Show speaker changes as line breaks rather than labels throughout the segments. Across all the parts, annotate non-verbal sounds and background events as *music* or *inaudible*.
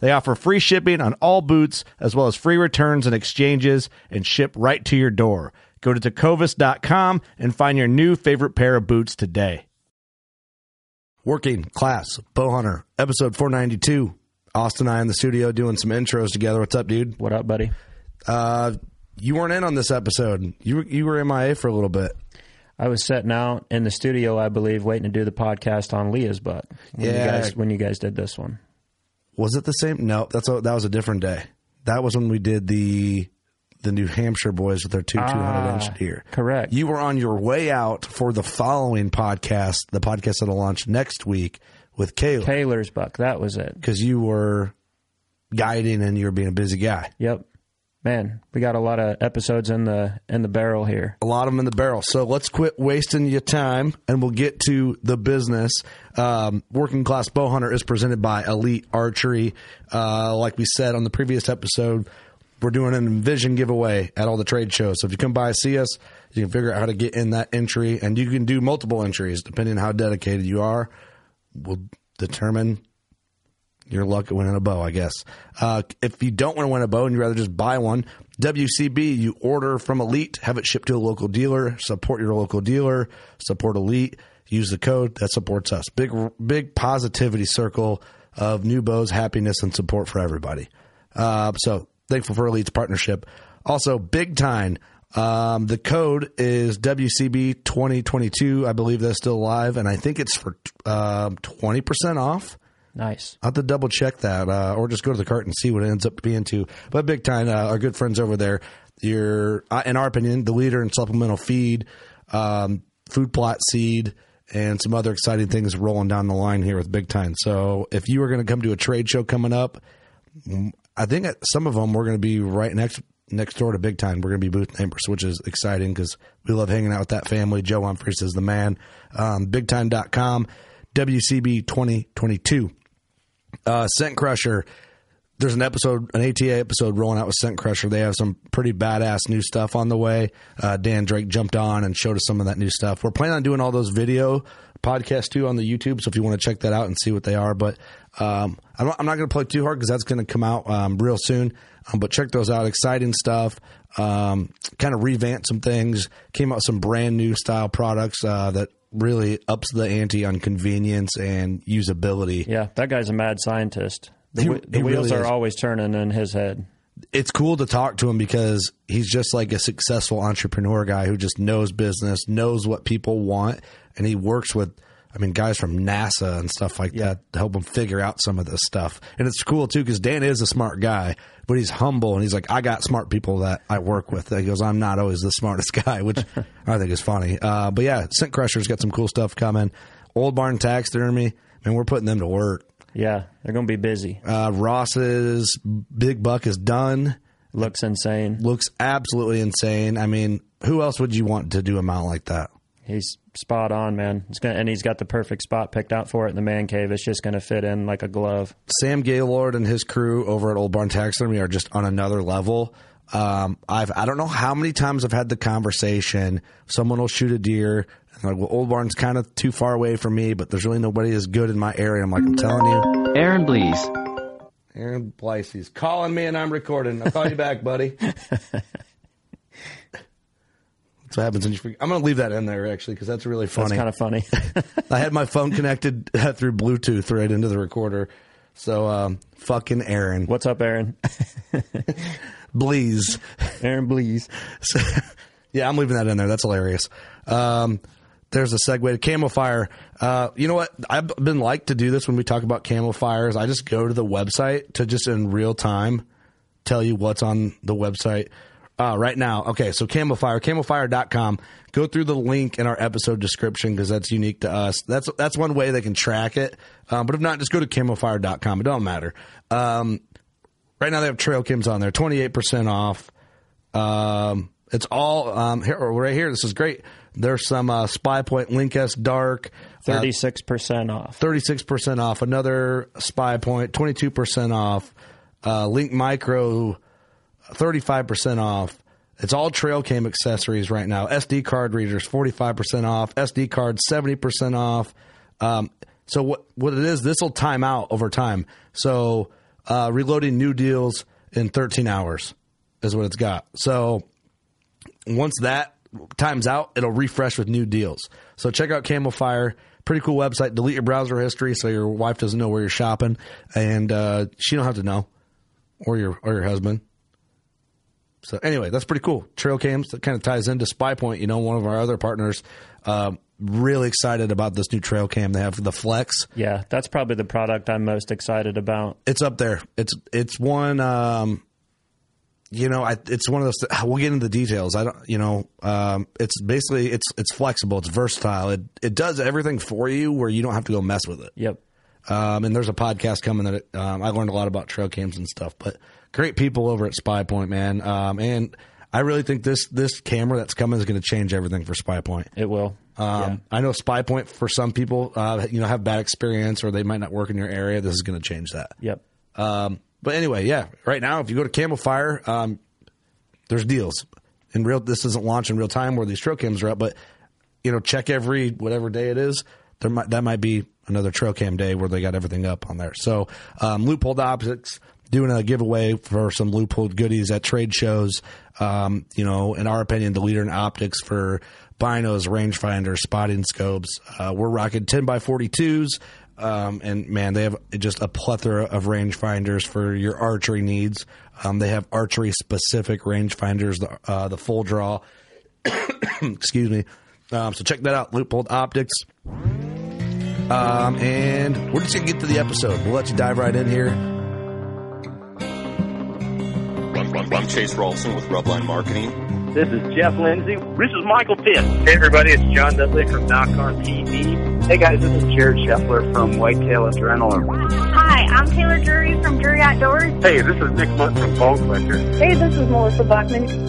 They offer free shipping on all boots, as well as free returns and exchanges, and ship right to your door. Go to tecovas.com and find your new favorite pair of boots today.
Working Class Bow Hunter, episode 492. Austin and I in the studio doing some intros together. What's up, dude?
What up, buddy?
Uh, you weren't in on this episode. You were- you were MIA for a little bit.
I was sitting out in the studio, I believe, waiting to do the podcast on Leah's butt. When
Yeah.
You guys, when you guys did this one.
Was it the same? No, that's a, that was a different day. That was when we did the the New Hampshire boys with their two two hundred inch deer.
correct.
You were on your way out for the following podcast, the podcast that'll launch next week with Caleb
Taylor's buck. That was it.
because you were guiding and you were being a busy guy.
Yep. Man, we got a lot of episodes in the in the barrel here.
a lot of them in the barrel. So let's quit wasting your time and we'll get to the business. Um, Working Class Bow Hunter is presented by Elite Archery. Uh, like we said on the previous episode, we're doing an Envision giveaway at all the trade shows. So if you come by and see us, you can figure out how to get in that entry and you can do multiple entries depending on how dedicated you are. We'll determine your luck at winning a bow, I guess. Uh, if you don't want to win a bow and you'd rather just buy one, WCB, you order from Elite, have it shipped to a local dealer, support your local dealer, support Elite, use the code that supports us. Big, big positivity circle of new bows, happiness, and support for everybody. Uh, so thankful for Elite's partnership. Also, Big Time. Um, the code is WCB 2022. I believe that's still live, and I think it's for um 20% off.
Nice.
I'll have to double check that, uh, or just go to the cart and see what it ends up being to. But big time, uh, our good friends over there, you're, uh, in our opinion, the leader in supplemental feed, um, food plot seed, and some other exciting things rolling down the line here with big time. So if you are going to come to a trade show coming up, mm, I think at some of them we're going to be right next next door to big time. We're going to be booth neighbors, which is exciting because we love hanging out with that family. Joe Humphries is the man. Um, bigtime.com, WCB 2022 uh, Scent Crusher. There's an episode, an ATA episode rolling out with Scent Crusher. They have some pretty badass new stuff on the way. Uh, Dan Drake jumped on and showed us some of that new stuff. We're planning on doing all those video podcasts too on the YouTube. So if you want to check that out and see what they are, but um, I'm not, I'm not going to play too hard because that's going to come out um, real soon. Um, but check those out. Exciting stuff. Um, kind of revamped some things. Came out with some brand new style products uh, that really ups the ante on convenience and usability.
Yeah, that guy's a mad scientist. The,
He-
whe- the
he really
wheels are
is.
always turning in his head.
it's cool to talk to him because he's just like a successful entrepreneur guy who just knows business, knows what people want, and he works with I mean guys from NASA and stuff like that to help him figure out some of this stuff. And it's cool too cuz Dan is a smart guy, but he's humble and he's like I got smart people that I work with. He goes I'm not always the smartest *laughs* guy, which I think is funny. Uh, but yeah, Scent Crusher's got some cool stuff coming. Old Barn Taxidermy, man, we're putting them to work.
Yeah, they're going to be busy.
Uh, Ross's Big Buck is done
Looks insane.
looks absolutely insane. I mean, who else would you want to do a mount like that?
He's spot on, man. It's gonna, and he's got the perfect spot picked out for it in the man cave. It's just going to fit in like a glove.
Sam Gaylord and his crew over at Old Barn Taxidermy are just on another level. Um, I've I don't know how many times I've had the conversation. Someone will shoot a deer, and they're like, well, Old Barn's kind of too far away from me, but there's really nobody as good in my area. I'm like, I'm telling you,
Aaron Blees.
Aaron Blasey's calling me, and I'm recording. I'll call you back, *laughs* buddy. that's what happens when you. Forget. I'm going to leave that in there actually because that's really funny.
That's kind of funny. *laughs*
I had my phone connected *laughs* through Bluetooth right into the recorder. So um, fucking Aaron,
What's up,
*laughs*
Aaron?
please.
Aaron Blees.
So- *laughs* yeah, I'm leaving that in there. That's hilarious. Um, there's a segue to camel fire. Uh, you know what? I've been like to do this when we talk about camel fires. I just go to the website to just in real time tell you what's on the website uh, right now. Okay, so camel fire, camelfire.com. Go through the link in our episode description because that's unique to us. That's that's one way they can track it. Um, but if not, just go to camelfire.com. It don't matter. Um, right now they have trail cams on there, 28% off. Um, it's all um, here, right here. This is great. There's some uh, Spy Point Link S Dark, uh,
Thirty-six percent off.
36% off. Another Spy Point, 22% off. Uh, Link Micro, 35% off. It's all trail cam accessories right now. SD card readers, 45% off. SD cards, 70% off. Um, so what, what it is, this will time out over time. So uh, reloading new deals in 13 hours is what it's got. So once that times out, it'll refresh with new deals. So check out Camel Fire. Pretty cool website. Delete your browser history so your wife doesn't know where you're shopping, and uh, she don't have to know, or your or your husband. So anyway, that's pretty cool. Trail cams that kind of ties into Spy Point. You know, one of our other partners. Um, really excited about this new trail cam they have for the Flex.
Yeah, that's probably the product I'm most excited about.
It's up there. It's it's one. Um, you know, I, it's one of those. Th- we'll get into the details. I don't. You know, um, it's basically it's it's flexible. It's versatile. It it does everything for you where you don't have to go mess with it.
Yep.
Um, and there's a podcast coming that um, I learned a lot about trail cams and stuff. But great people over at Spy Point, man. Um, and I really think this this camera that's coming is going to change everything for Spy Point.
It will.
Um, I know Spy Point for some people, uh, you know, have bad experience or they might not work in your area. This is going to change that.
yeah. Yep.
Um, but anyway, yeah. Right now, if you go to Camel Fire, um, there's deals. In real, this isn't launched in real time where these trail cams are up, but you know, check every whatever day it is. There might that might be another trail cam day where they got everything up on there. So um, loophole optics doing a giveaway for some loophole goodies at trade shows. Um, you know, in our opinion, the leader in optics for binos, rangefinders, spotting scopes. Uh, we're rocking ten by forty twos. Um, and man, they have just a plethora of rangefinders for your archery needs. Um, they have archery specific rangefinders, the uh, the full draw. *coughs* Excuse me. Um, so check that out, Loophole Optics. Um, and we're just gonna get to the episode. We'll let you dive right in here.
I'm Chase Rawlson with Rubline Marketing.
This is Jeff Lindsay. This is Michael Pitt. Hey, everybody, it's John Dudley from Knock on TV. Hey, guys, this is Jared Scheffler from Whitetail Adrenaline.
Hi, I'm Taylor Drury from Drury Outdoors.
Hey, this is Nick Munt from Bone Collector.
Hey, this is Melissa Bachman.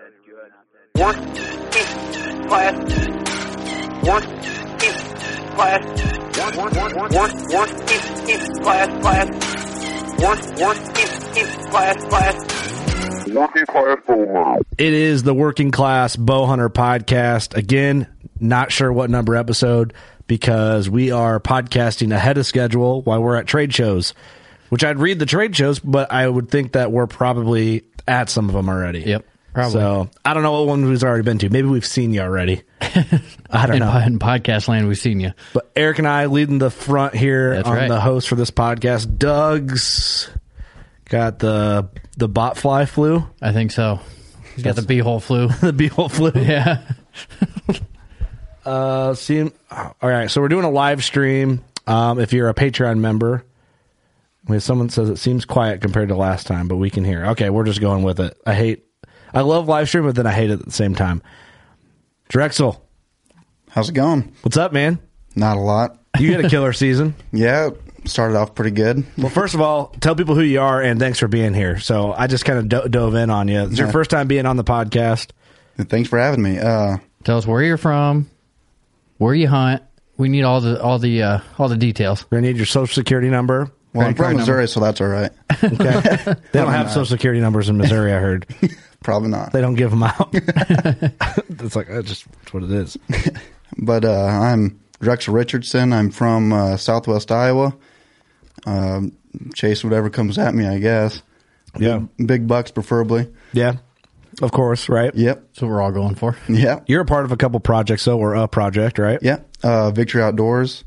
Working class. Working class. Work, work, work, work, working class, class. Work, working class, class.
It is the Working Class Bow Hunter podcast. Again, not sure what number episode because we are podcasting ahead of schedule while we're at trade shows, which I'd read the trade shows, but I would think that we're probably at some of them already.
Yep, probably.
So I don't know what one we've already been to. Maybe we've seen you
*laughs*
already. I don't
in,
know.
po- in podcast land, we've seen you.
But Eric and I leading the front here
That's
on
right.
the host for this podcast. Doug's got the the bot fly flu,
I think so. He's got the beehole flu.
*laughs* the beetle flu.
yeah.
*laughs* Uh, see, all right. So we're doing a live stream. Um, if you're a Patreon member, I mean, someone says it seems quiet compared to last time, but we can hear. Okay, we're just going with it. I hate.
I love live stream, but then I hate it at the same time. Drexel,
how's it going?
What's up, man?
Not a lot.
You
*laughs*
had a killer
*laughs*
season.
yeah, started off pretty good.
Well, first of all, tell people who you are and thanks for being here. So I just kind of do- dove in on you. It's your
Yeah.
first time being on the podcast.
Thanks for having me. Uh,
Tell us where you're from, where you hunt. We need all the all the uh, all the details.
We're gonna need your social security
*laughs*
number.
well, I'm from Missouri, so that's
*laughs*
all right.
They don't have social security numbers in Missouri. I heard
Probably not.
they don't give them
*laughs*
*laughs*
out. it's like that's just that's what it is.
But uh, I'm Drexel Richardson. I'm from uh, Southwest Iowa. Um, chase whatever comes at me, I guess.
Yeah,
Big bucks, preferably.
yeah, of course, right?
Yep.
That's what we're all going for.
Yep.
You're a part of a couple projects though, or a project, right?
Yeah, uh, Victory Outdoors.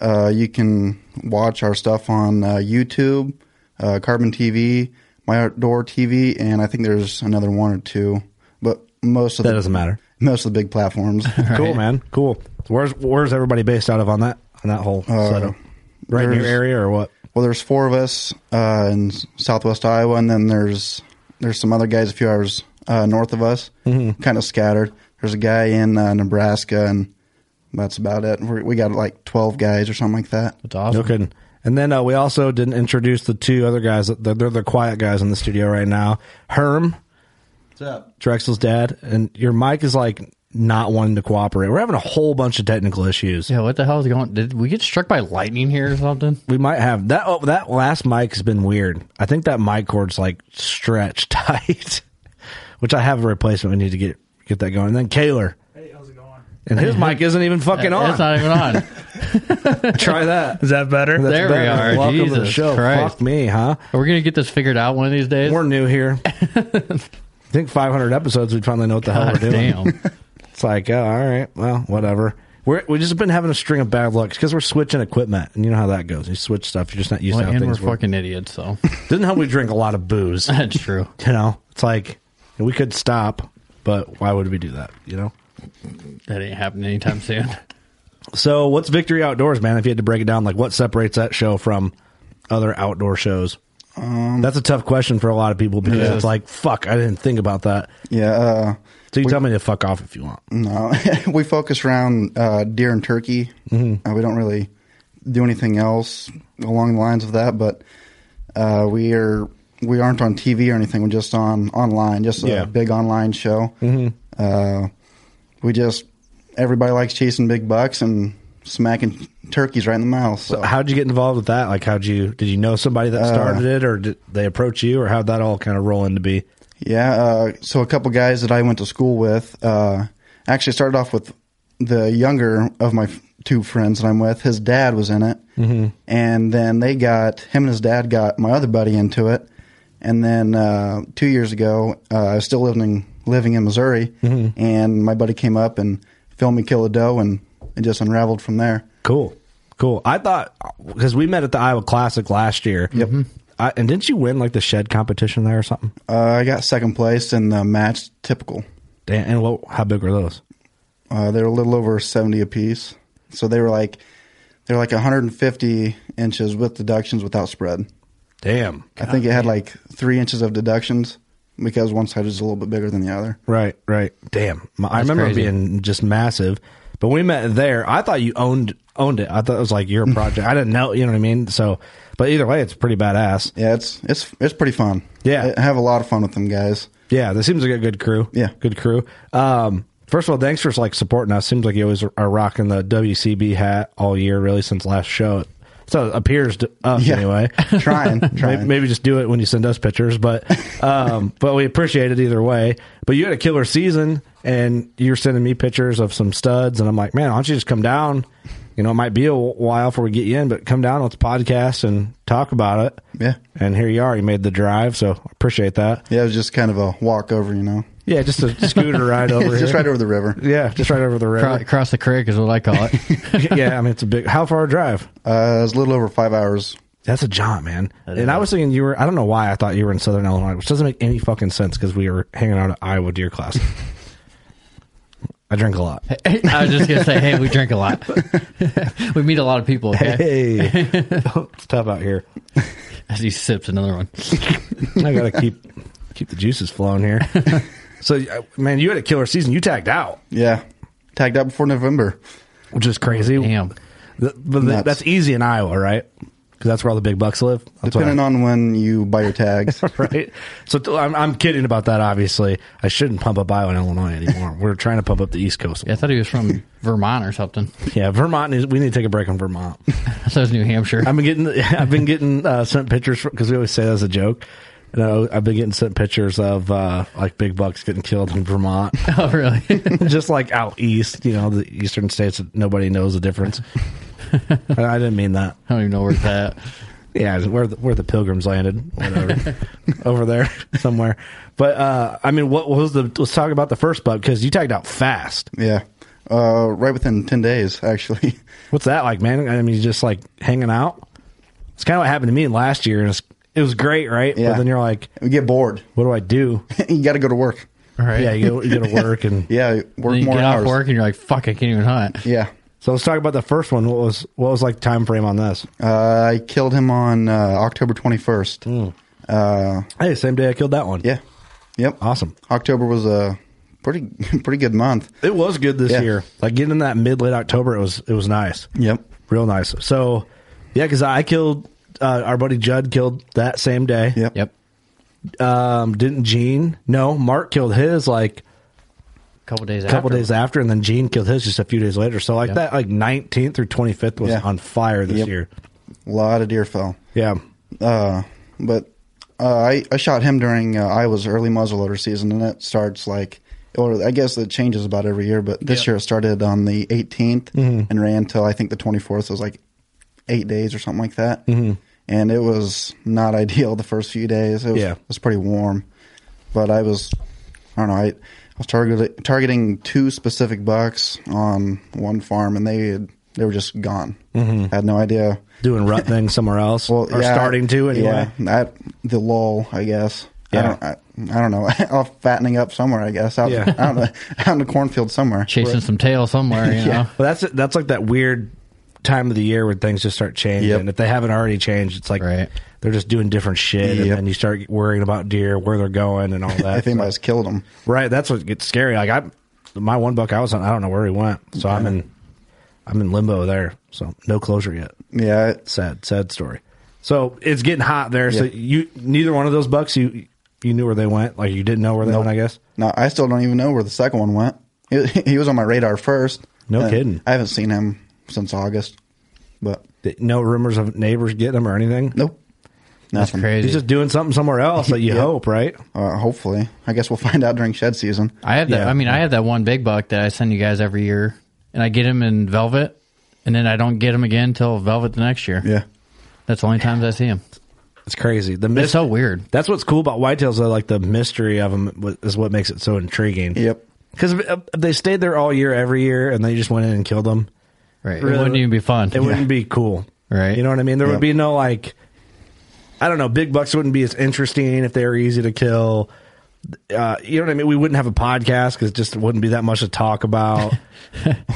Uh, you can watch our stuff on uh, YouTube, uh, Carbon TV, My Outdoor TV, and I think there's another one or two, but most of
That
the,
doesn't matter.
Most of the big platforms.
Cool, man. Cool. Where's Where's everybody based out of on that on that whole setup? Right in your
Uh, there's-
area or what?
well, there's four of us uh, in s- Southwest Iowa, and then there's there's some other guys a few hours uh, north of us, kind of scattered. There's a guy in uh, Nebraska, and that's about it. we we got like twelve guys or something like that.
That's awesome.
No kidding. And then uh, we also didn't introduce the two other guys. that- They're, they're the quiet guys in the studio right now. Herm,
What's up?
Drexel's dad, and your mic is like not wanting to cooperate. We're having a whole bunch of technical issues.
Yeah, what the hell is going? Did we get struck by lightning here or something?
We might have that. Oh, that last mic has been weird. I think that mic cord's like stretched *laughs* tight, which I have a replacement. We need to get get that going. And then Kaler. Hey, how's it going? And his mic isn't even fucking on.
It's not
*laughs*
even on.
Try that.
Is that better?
That's
*laughs* There we are.
Welcome to the
Jesus
show.
Christ.
Fuck me, huh?
Are we gonna get this figured out one of these days?
We're new here. I think 500 episodes, we'd finally know what the hell
*laughs* God
we're doing.
damn.
It's like, oh, all right, well, whatever. We're, we just been having a string of bad lucks because we're switching equipment, and you know how that goes. You switch stuff, you're just not used
Well,
to how
and we're
things work.
fucking idiots, so *laughs*
Doesn't help we drink a lot of booze. you
that's true.
know, it's like we could stop, but why would we do that? You know.
That ain't happening
*laughs*
anytime soon.
So, what's Victory Outdoors, man? If you had to break it down, like what separates that show from other outdoor shows?
Um,
That's a tough question for a lot of people because
Yeah.
it's like, fuck, I didn't think about that.
Yeah. Uh,
So you tell me to fuck off if you want.
No, Uh, *laughs* we focus around uh, deer and turkey. Uh, we don't really do anything else along the lines of that, but uh, we are we aren't on TV or anything. We're just on online, just a
Yeah.
big online show. Uh, we just everybody likes chasing big bucks and smacking turkeys right in the mouth. So,
How'd you get involved with that? Like, how'd you, did you know somebody that started it or did they approach you or how'd that all kind of roll into be?
Yeah, uh, so a couple guys that I went to school with uh, actually started off with the younger of my f- two friends that I'm with. His dad was in it, mm-hmm. and then they got him and his dad got my other buddy into it. And then uh, two years ago, uh, I was still living living in Missouri, and my buddy came up and filmed me kill a doe, and it just unraveled from there.
Cool. Cool. I thought, because we met at the Iowa Classic last year. Yep. I, and didn't you win like the shed competition there or something?
Uh, I got second place in the match typical.
Damn. And what, how big were those?
Uh, they were a little over seventy apiece, so they were like they're like 150 inches with deductions without spread.
Damn.
I think it had like three inches of deductions because one side is a little bit bigger than the other.
Right, right. Damn. My, I remember it
crazy.
being just massive. But when we met there, I thought you owned owned it. I thought it was like
*laughs*
your project. I didn't know, you know what I mean? So, but either way, it's pretty badass.
Yeah, it's it's it's pretty fun.
Yeah.
I have a lot of fun with
*laughs*
them guys.
Yeah, this seems like a good crew.
Yeah.
good crew. Um, first of all, thanks for like supporting us. Seems like you always are rocking the WCB hat all year, really since last show. So it appears to us
Yeah. *laughs*
anyway.
Trying, trying.
Maybe, maybe just do it when you send us pictures,
*laughs*
but um, but we appreciate it either way. But you had a killer season, and you're sending me pictures of some studs, and I'm like, man, why don't you just come down? You know, it might be a while before we get you in, but come down, let's podcast and talk about it.
Yeah.
And here you are. You made the drive, so appreciate that.
Yeah, it was just kind of a walk over, you know.
Yeah, just a scooter
*laughs*
ride over
It's
here.
just right over the river.
Yeah, just right over the
Cro-
river.
Cross the creek is what I call
*laughs*
it. *laughs*
yeah, I mean it's a big. How far a drive?
Uh, it was a little over five hours.
That's a jaunt, man. And I was thinking you were. I don't know why I thought you were in Southern Illinois, which doesn't make any fucking sense because we were hanging out at Iowa Deer
*laughs*
Class. I drink a lot.
I was just gonna say, hey, we drink a lot. *laughs* we meet a lot of people. Okay,
Hey,
*laughs*
it's tough out here.
as he sips another one.
I gotta keep keep the juices flowing here. *laughs* So, uh, man, you had a killer season. You tagged out.
Yeah, tagged out before November,
which is crazy. Damn, but
Nuts.
that's easy in Iowa, right? Because that's where all the big bucks live. That's what I-
depending on when you buy your tags.
*laughs* right. So t- I'm, I'm kidding about that. Obviously, I shouldn't pump up Iowa and Illinois anymore. *laughs* We're trying to pump up the East Coast. Yeah, I thought he was
*laughs*
from Vermont or something. Yeah, Vermont is. We need to take a break on Vermont. I thought it was New Hampshire.
*laughs*
I've been getting. *laughs* I've been getting uh, sent pictures because we always say that as a joke. You know, I've been getting sent pictures of uh, like big bucks getting killed in Vermont. *laughs* Oh,
*laughs*
really? Just like out east, you know, the eastern states. that Nobody knows the difference. I I didn't mean that. I don't even know where it's at. Yeah, where the, where the pilgrims landed,
*laughs*
whatever, over there somewhere. But uh, I mean, what was the? Let's talk about the first buck because you tagged out fast.
Yeah, uh, right within ten days, actually.
What's that like, man? I mean, just like hanging out. It's kind of what happened to me last year, and it's, it was great, right?
Yeah.
But then you're like,
we get bored. *laughs*
What do I do?
you got to go to work.
Right. Yeah, you go, you go to work and
*laughs* yeah, work
Then you
more
get
hours.
off work and you're like, fuck, I can't even hunt.
Yeah.
So let's talk about the first one. What was what was like time frame on this?
Uh, I killed him on uh, October
Hmm.
21st. Uh,
hey, same day I killed that one.
Yeah. Yep.
Awesome.
October was a pretty *laughs* pretty good month.
It was good this
Yeah.
year. Like getting in that mid late October, it was it was nice.
Yep,
real nice. So yeah, because I killed uh, our buddy Judd killed that same day.
Yep.
Yep.
Um, didn't Gene? No, Mark killed his like
a couple days.
a couple
after.
days after, and then Gene killed his just a few days later. So like
Yep.
that, like nineteenth through twenty fifth was
Yeah.
on fire this
Yep.
year.
A lot of deer fell.
Yeah.
Uh, but uh, I I shot him during uh, Iowa's early muzzleloader season, and it starts like, or I guess it changes about every year. But this year it started on the 18th
Mhm.
and ran till I think the 24th. So it was like eight days or something like that.
Mhm.
And it was not *laughs* ideal the first few days. It was,
Yeah.
it was pretty warm, but I was I don't know I. I was targeting targeting two specific bucks on one farm, and they had, they were just gone.
Mhm.
I had no idea
Doing
*laughs*
rut things somewhere else, or
yeah,
starting to anyway.
Yeah, I, the lull, I guess.
Yeah.
I don't, I, I don't know. *laughs* Off fattening up somewhere, I guess. Out,
Yeah.
out, in the, out in the cornfield somewhere.
Chasing some tail
*laughs*
somewhere, you know.
Well, that's that's like that weird time of the year when things just start changing.
Yep.
If they haven't already changed, it's like they're just doing different shit, and
Yep.
then you start worrying about deer, where they're going, and all that.
*laughs* I think I
So-
just killed him.
Right, that's what gets scary. Like I, my one buck I was on, I don't know where he went, so I'm in, I'm in limbo there. So no closure yet.
Yeah,
sad, sad story. So it's getting hot there. So
Yeah.
you neither one of those bucks you you knew where they went. Like you didn't know where they went. I guess.
No, I still don't even know where the second one went. He, *laughs* he was on my radar first.
No
and
kidding.
I haven't seen him since August. But
Th- No rumors of neighbors getting them or anything.
Nope. Nothing.
He's just doing something somewhere else that you
Yeah.
hope, right?
Uh, hopefully, I guess we'll *laughs* find out during shed season.
I have that. I mean, I have that one big buck that I send you guys every year, and I get him in velvet, and then I don't get him again till velvet the next year.
Yeah,
that's the only times I see him.
It's crazy. The
it's so weird.
That's what's cool about whitetails, though. Like the mystery of them is what makes it so intriguing.
Yep.
Because if, if they stayed there all year, every year, and they just went in and killed them,
Right. It wouldn't even be fun.
It wouldn't be cool. Right. You know what I mean? There
Yep.
would be no like, I don't know. Big bucks wouldn't be as interesting if they were easy to kill. Uh, you know what I mean? We wouldn't have a podcast because just wouldn't be that much to talk
*laughs*
about.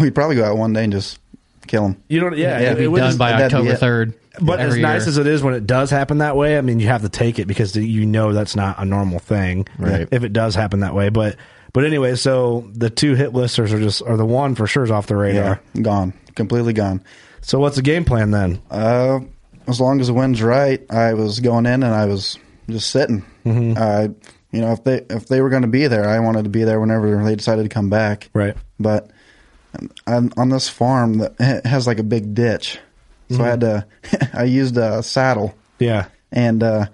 We'd probably go out one day and just kill him.
You know, yeah,
It'd be done by
that'd be
October
it.
3rd
But as
every
nice
year.
as it is when it does happen that way, I mean, you have to take it because you know that's not a normal thing,
Right.
If it does happen that way, but but anyway, so the two hit listers are just are the one for sure is off the radar.
Yeah, gone, completely gone.
So what's the game plan then?
Uh, as long as the wind's right, I was going in and I was just sitting. Mm-hmm. Uh, you know, if they if they were going to be there, I wanted to be there whenever they decided to come back.
Right.
But on, on this farm that it has like a big ditch, so I had to *laughs* I used a saddle.
Yeah.
And uh,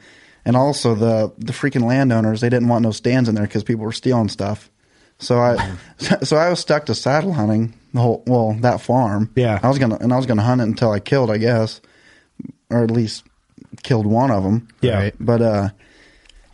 and also the the freaking landowners they didn't want no stands in there because people were stealing stuff. So I *laughs* so I was stuck to saddle hunting the whole well that farm. Yeah, I was gonna and I was gonna hunt it until I killed, I guess, or at least killed one of them.
Yeah. Right.
but uh,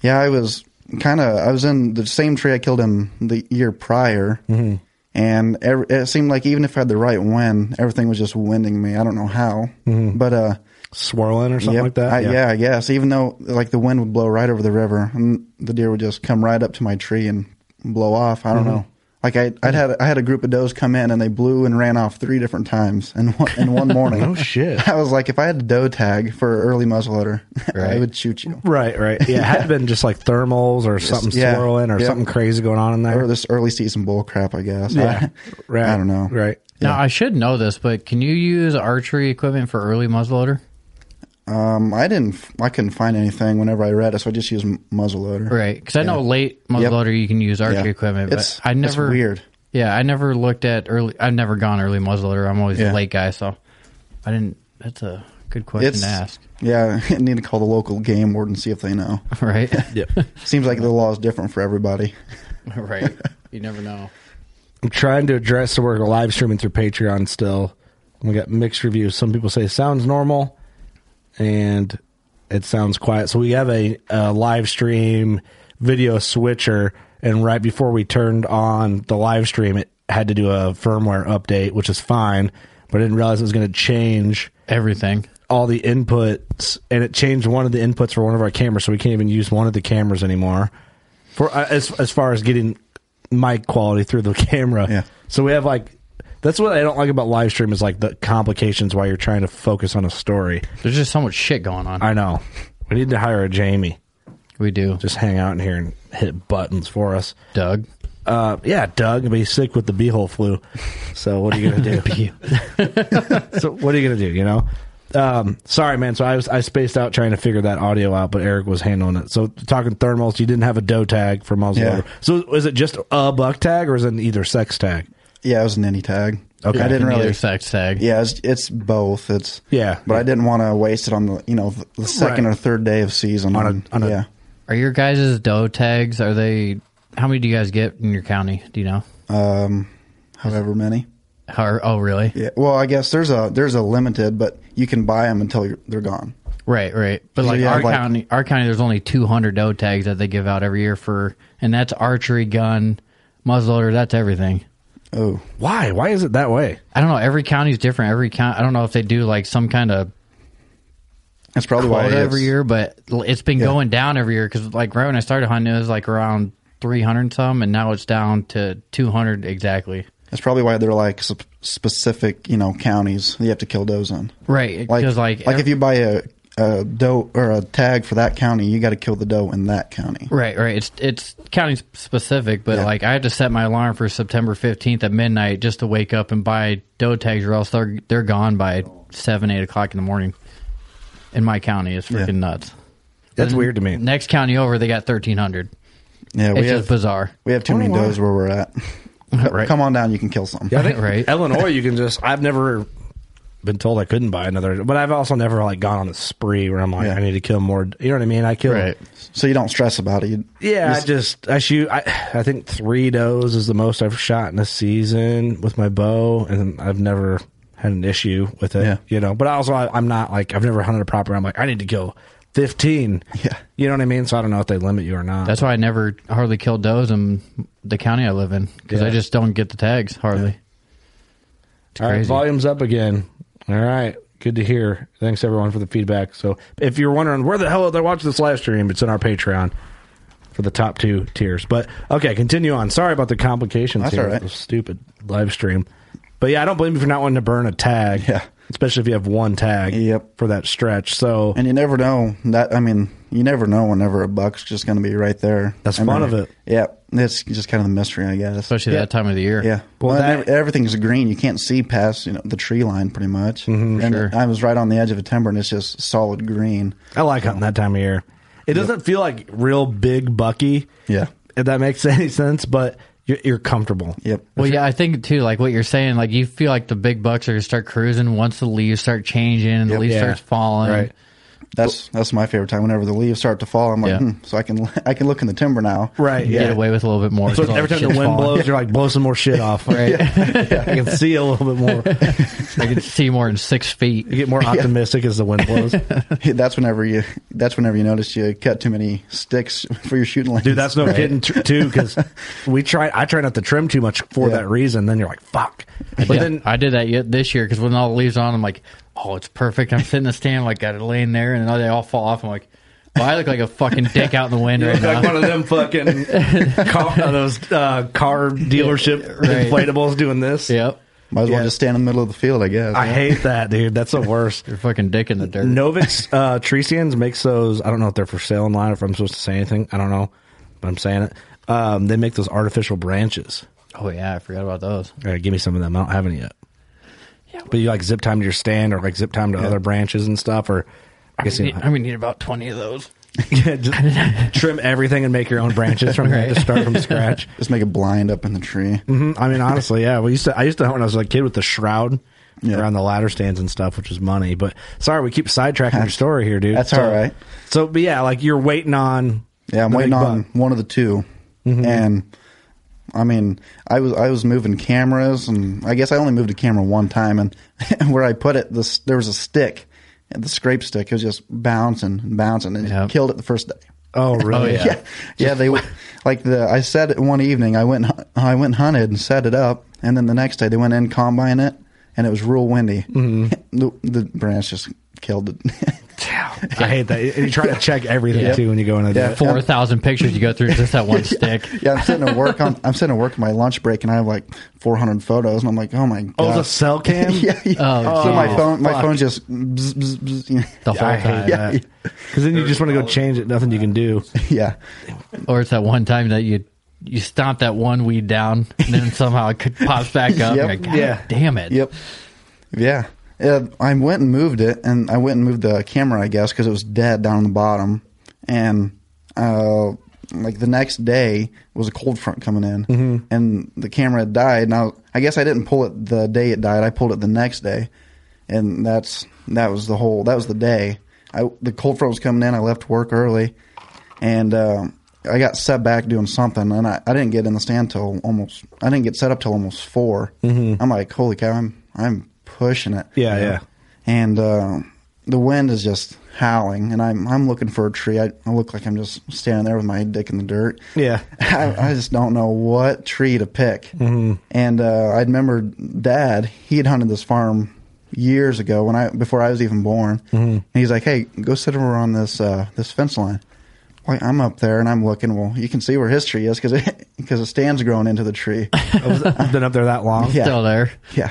yeah, I was kind of I was in the same tree I killed him the year prior.
Mhm.
And every, it seemed like even if I had the right wind, everything was just winding me. I don't know how,
Mhm.
but uh,
swirling or something
Yep.
like that.
I, yeah. I guess. Even though like the wind would blow right over the river, and the deer would just come right up to my tree and blow off. I don't
Mhm.
know. Like I, I'd had I had a group of does come in and they blew and ran off three different times in one, in
*laughs*
one morning.
Oh, shit.
*laughs* I was like, if I had a doe tag for early muzzleloader, *laughs* I
Right.
would shoot you.
Right, right. Yeah, it had been just like thermals or something
yeah,
swirling or
yeah.
something crazy going on in there.
Or this early season bull crap, I guess.
Yeah, right.
I don't know.
Right.
Now I should know this, but can you use archery equipment for early muzzleloader?
Um, I didn't. f- I couldn't find anything whenever I read it, so I just used m- muzzleloader.
Right, because I know
Yeah.
late muzzleloader you can use archery
Yeah.
equipment, but
It's-
I
it's
never
weird.
Yeah, I never looked at early. I've never gone early muzzleloader. I'm always
Yeah.
a late guy, so I didn't. That's a good question
It's-
to ask, *laughs*
Yeah, *laughs* I need to call the local game warden and see if they know. *laughs*
right?
Seems like the law is different for everybody. *laughs*
right. You never know.
I'm trying to address the work of live streaming through Patreon still. We got mixed reviews. Some people say sounds normal and it sounds quiet. So we have a, a live stream video switcher. And right before we turned on the live stream, it had to do a firmware update, which is fine. But I didn't realize it was going to change
Everything.
all the inputs. And it changed one of the inputs for one of our cameras. So we can't even use one of the cameras anymore for uh, as as far as getting mic quality through the *laughs* camera.
Yeah.
So we have like that's what I don't like about live stream is like the complications while you're trying to focus on a story.
There's just so much shit going on.
I know. We need to hire a Jamie.
we do.
Just hang out in here and hit buttons for us.
Doug.
Uh, yeah, Doug will be sick with the beehole flu. So what are you *laughs* gonna do? so what are you gonna do? You know. Um, sorry, man. So I was I spaced out trying to figure that audio out, but Eric was handling it. So talking thermals, you didn't have a doe tag for muzzleloader.
Yeah.
So is it just a buck tag or is it an either sex tag?
Yeah, it was an any tag.
Okay.
I didn't
Neither
really.
sex tag.
Yeah, it's, it's both. It's
Yeah.
but I didn't want to waste it on the you know the second
Right.
or third day of season.
On a-
And-
on a-
yeah,
Are your guys' doe tags? Are they? How many do you guys get in your county? Do you know?
um, however many.
How, are- oh, really?
Yeah. Well, I guess there's a there's a limited, but you can buy them until you're, they're gone.
Right, right. But
So
like
you
our
have, like-
county, our county, there's only 200 doe tags that they give out every year for, and that's archery, gun, muzzleloader. That's everything.
Oh,
Why? Why is it that way?
I don't know. Every county's different. Every county. I don't know if they do like some kind of
that's probably why
quota
it's-
every year, but l- it's been going down every year because like right when I started hunting, it was like around 300 some, and now it's down to 200 exactly.
That's probably why they're like sp- specific, you know, counties that you have to kill does in.
Right,
Like,
because like,
like, if you buy a, a doe or a tag for that county, you got to kill the doe in that county.
Right, right. It's it's county specific, but
Yeah.
like I have to set my alarm for September fifteenth at midnight just to wake up and buy doe tags, or else they're they're gone by seven eight o'clock in the morning. In my county, it's freaking
Yeah.
nuts.
That's
Mm,
The
weird to me.
Next county over, they got thirteen hundred.
Yeah, we
It's
have
just bizarre.
we have too many does where
*laughs*
we're at.
Right.
Come on down, you can kill some.
I think
Right.
Illinois, you can just. I've never been told I couldn't buy another, but I've also never like gone on a spree where I'm like,
Yeah.
I need to kill more. You know what I mean? I kill.
Right.
So you don't stress about it. You,
Yeah, I just I shoot. I I think three does is the most I've shot in a season with my bow, and I've never had an issue with it.
Yeah.
You know, but also I, I'm not like I've never hunted a proper. I'm like I need to kill fifteen.
Yeah.
You know what I mean? So I don't know if they limit you or not.
That's why I never hardly kill does in the county I live in because I
Yeah.
just don't get the tags hardly.
All right,
crazy.
volume's up again. All right, good to hear. Thanks everyone for the feedback. So, if you're wondering where the hell they're watching this live stream, it's in our Patreon for the top two tiers. But okay, continue on. Sorry about the complications
That's
here.
all right.
with this Stupid live stream. But yeah, I don't blame you for not wanting to burn a tag.
Yeah.
especially if you have one tag.
Yep.
for that stretch. So
and you never know that. I mean, you never know whenever a buck's just going to be right there.
That's
I
fun of it.
Yeah, it's just kind of the mystery, I guess.
Especially that time of the year.
Yeah.
Well,
Well,
that-
ev- everything's green. You can't see past you know the tree line pretty much.
Mm-hmm,
and
sure.
I was right on the edge of a timber, and it's just solid green.
I like hunting that time of year. It doesn't feel like real big bucky.
Yeah.
if that makes *laughs* any sense. But you're, you're comfortable.
Yep.
Well, yeah, I think too, like what you're saying, like you feel like the big bucks are gonna start cruising once the leaves start changing and the leaves
Yeah.
starts falling.
Right.
That's that's my favorite time. Whenever the leaves start to fall, I'm like,
Yeah.
hmm, so I can *laughs* I can look in the timber now.
Right.
You get away with a little bit more.
So
It's all
every time the
shit's
wind
falling.
blows, you're like, blow some more shit off. *laughs* Right. I can see a little bit more.
I can see more than six feet.
You get *laughs* more optimistic as the wind blows.
*laughs* that's whenever you that's whenever you notice you cut too many sticks *laughs* for your shooting lens.
Dude, that's no kidding tr- too, because we try. I try not to trim too much for
Yeah.
that reason. Then you're like, fuck. But
Yeah,
then
I did that yet this year because when all the leaves are on, I'm like, oh, it's perfect. I'm sitting in the stand, like got it laying there, and they all fall off. I'm like, Well, I look like a fucking dick out in the
*laughs*
wind
You
right
look
now.
like one of them fucking *laughs* car, uh, those uh, car dealership
Right.
inflatables doing this.
Yep.
Might as well
Yeah.
just stand in the middle of the field, I guess.
I hate that, dude. That's the worst.
You're fucking dick in the dirt.
Novix uh, Tresians makes those. I don't know if they're for sale online. or If I'm supposed to say anything, I don't know, but I'm saying it. Um, they make those artificial branches.
Oh yeah, I forgot about those.
All right, give me some of them. I don't have any yet. but you like zip time to your stand, or like zip time to other branches and stuff, or I guess
I
you
need, I'm
*laughs*
gonna need about twenty of those.
Yeah, just trim everything and make your own branches from there. Just start from scratch.
Just make a blind up in the tree.
hmm I mean, honestly, yeah. We used to. I used to hunt when I was a kid with the shroud around the ladder stands and stuff, which was money. But sorry, we keep sidetracking your story here, dude.
That's
So-
all right.
So, but yeah, like you're waiting on.
Yeah, I'm
the
waiting
big
on
buck.
one of the 2
Mm-hmm.
and I mean, I was I was moving cameras, and I guess I only moved a camera one time, and *laughs* where I put it, this there was a stick, and the scrape stick it was just bouncing and bouncing, and it killed it the first day.
Oh really?
*laughs* yeah. yeah,
*laughs*
They like the I said it one evening. I went and hu- I went and hunted and set it up, and then the next day they went in combine it, and it was real windy.
Mm-hmm.
*laughs* The, the branch just killed it. *laughs*
I hate that. You you try to check everything
Yeah.
too when you go into
Yeah.
that.
Four thousand pictures you go through just that one
*laughs*
stick.
Yeah, I'm sitting at work on I'm sitting at work on my lunch break and I have like 400 photos and I'm like, oh my god.
Oh, the
*laughs*
cell cam.
yeah, yeah.
Oh,
so my
geez.
phone, my
fuck.
phone just bzz, bzz, bzz, you know.
The whole
I
time.
hate *laughs* that. Because then you just want to go change it. Nothing you can
*laughs*
do.
yeah,
Or it's that one time that you you stomp that one weed down and then somehow it c- pops back up.
Yep.
You're like, God
Yeah.
damn it.
yep, yeah. Uh, I went and moved it, and I went and moved the camera, I guess, because it was dead down on the bottom. And uh, like the next day was a cold front coming in, and the camera had died. Now I guess I didn't pull it the day it died. I pulled it the next day, and that's that was the whole that was the day. I the cold front was coming in. I left work early, and um, I got set back doing something, and I, I didn't get in the stand till almost. I didn't get set up till almost 4 i I'm like, holy cow, I'm I'm pushing it.
Mm-hmm. Yeah, yeah.
And uh, the wind is just howling, and I'm I'm looking for a tree. I, I look like I'm just standing there with my dick in the dirt.
Yeah.
*laughs* I, I just don't know what tree to pick. Mm-hmm. And uh, I remember Dad; he had hunted this farm years ago when I before I was even born. And he's like, "Hey, go sit over on this uh, this fence line." Well, I'm up there and I'm looking. Well, you can see where his tree is because it because a stand's growing into the tree.
I've been up there that long.
Yeah.
Still there.
yeah.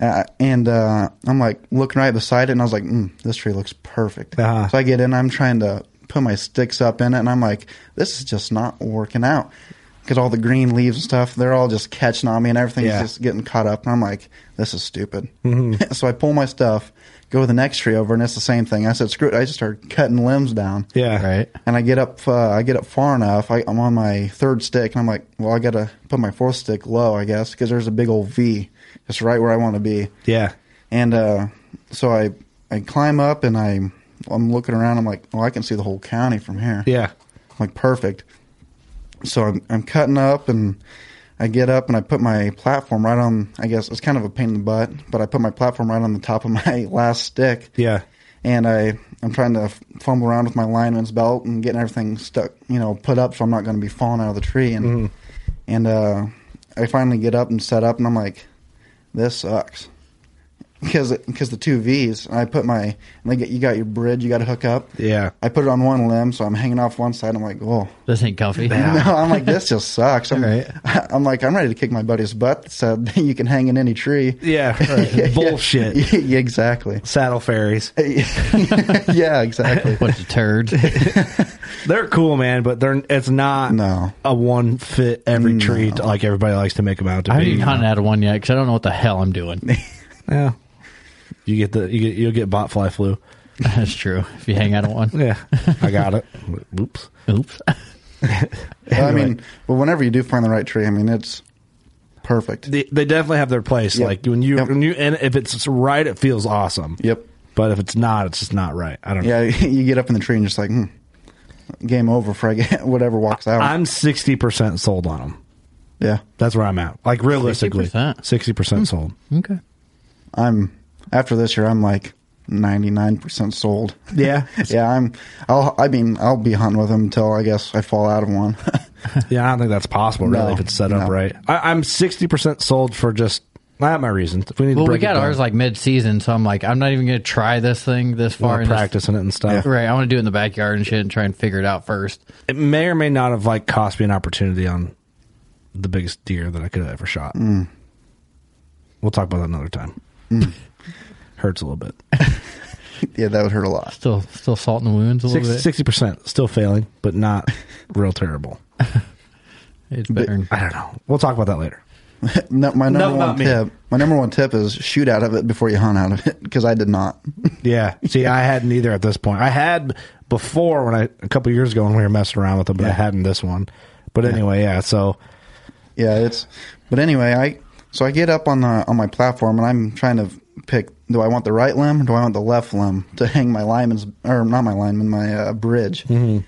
Uh, and uh, I'm like looking right beside it, and I was like, mm, "This tree looks perfect."
Uh-huh.
So I get in, I'm trying to put my sticks up in it, and I'm like, "This is just not working out." Because all the green leaves and stuff, they're all just catching on me, and everything's
Yeah. Mm-hmm.
just getting caught up. And I'm like, "This is stupid." *laughs* so I pull my stuff, go to the next tree over, and it's the same thing. I said, "Screw it!" I just started cutting limbs down.
Yeah.
Right.
And I get up, uh, I get up far enough. I, I'm on my third stick, and I'm like, well, I gotta put my fourth stick low, I guess, because there's a big old V, just right where I want to be.
Yeah.
And uh, so I, I climb up, and I, I'm looking around. I'm like, well, I can see the whole county from here.
Yeah.
I'm like perfect. So I'm, I'm cutting up, and I get up, and I put my platform right on. I guess it's kind of a pain in the butt, but I put my platform right on the top of my *laughs* last stick
Yeah.
and I I'm trying to f- fumble around with my lineman's belt and getting everything stuck, you know, put up so I'm not going to be falling out of the tree. And
Mm-hmm.
and uh, I finally get up and set up, and I'm like, this sucks because because the two V's. I put my and they get you got your bridge, you got to hook up.
Yeah.
I put it on one limb, so I'm hanging off one side. I'm like, oh.
This ain't comfy. *laughs*
*laughs* No, I'm like this just sucks. I'm,
Right.
*laughs* I'm like I'm ready to kick my buddy's butt. that Said *laughs* you can hang in any tree.
Yeah.
*laughs*
right. Bullshit.
Yeah, exactly.
Saddle fairies.
*laughs* yeah, exactly.
Bunch of
*laughs*
turds.
They're cool, man, but they're it's not
No.
a one fit every tree to- like everybody likes to make them out to
I haven't
be.
even hunted out of one yet because I don't know what the hell I'm doing.
*laughs*
Yeah. You get the you get you'll get bot fly flu.
That's true. If you hang out of
*laughs*
one.
Yeah. *laughs* I got it. Oops.
Oops.
Well, I
Anyway.
mean, well, whenever you do find the right tree, I mean, it's perfect.
They, they definitely have their place.
Yep.
Like when you
Yep.
when you and if it's right, it feels awesome.
Yep.
But if it's not, it's just not right. I don't know.
Yeah, *laughs* you get up in the tree and just like, hmm, game over for I get *laughs* whatever walks out.
I'm sixty percent sold on them.
yeah,
That's where I'm at. Like realistically,
60%.
sixty
Hmm.
percent sold.
Okay.
I'm after this year, I'm like ninety nine percent sold.
Yeah.
*laughs* *laughs* yeah, I'm. I'll. I mean, I'll be hunting with them until I guess I fall out of one. *laughs*
Yeah, I don't think that's possible really
No,
if it's set up
no.
right. I, I'm sixty percent sold for just
I have my reasons. If we need
well,
to
we
break
got
it down.
ours like mid-season, so I'm like, I'm not even going to try this thing this
We're
far. in this-
practicing it and stuff.
Right, I want to do it in the backyard and shit, and try and figure it out first.
It may or may not have like cost me an opportunity on the biggest deer that I could have ever shot.
Mm.
We'll talk about that another time. *laughs* Hurts a little
*laughs*
bit.
yeah, that would hurt a lot.
Still, still salt in the wounds a little bit.
Sixty percent still failing, but
*laughs*
not real terrible.
It's
But-
better.
I don't know. We'll talk about that later.
No, my
Enough
number
about
one
me.
tip. My number one tip is shoot out of it before you hunt out of it because I did not.
Yeah. See, I hadn't either at this point. I had before when I a couple years ago when we were messing around with them, but I hadn't this one. But anyway, yeah.
*laughs*
So
Yeah, it's. But anyway, I so I get up on the on my platform and I'm trying to pick. Do I want the right limb? Or do I want the left limb to hang my lineman's or not my lineman, my uh, bridge?
Mm-hmm.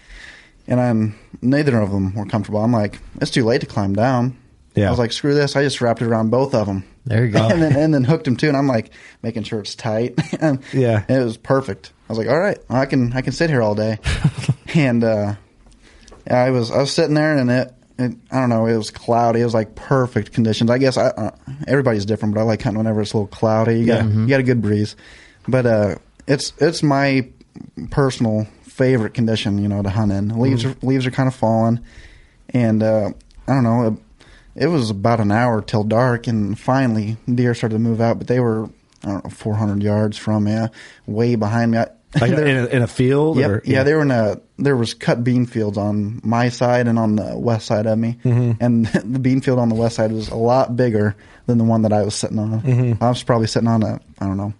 And I'm neither of them were comfortable. I'm like, it's too late to climb down.
Yeah.
I was like, screw this. I just wrapped it around both of them.
There you go.
*laughs* and then and then hooked him too. And I'm like making sure it's tight. *laughs* and,
Yeah.
and it was perfect. I was like, all right, I can I can sit here
*laughs*
all day. and uh, I was I was sitting there and it, it I don't know it was cloudy. It was like perfect conditions. I guess I uh, everybody's different, but I like hunting whenever it's a little cloudy. You got
Yeah.
you got a good breeze, but uh, it's it's my personal favorite condition you know to hunt in. Leaves are, leaves are kind of falling, and uh, I don't know. It, it was about an hour till dark, and finally deer started to move out, but they were I don't know 400 yards from me, uh, way behind me. I,
like
they're-
in a, in a field.
Yep.
or,
yeah, they were in a there was cut bean fields on my side and on the west side of me,
Mm-hmm.
and *laughs* the bean field on the west side was a lot bigger than the one that I was sitting on.
Mm-hmm.
I was probably sitting on a I don't know,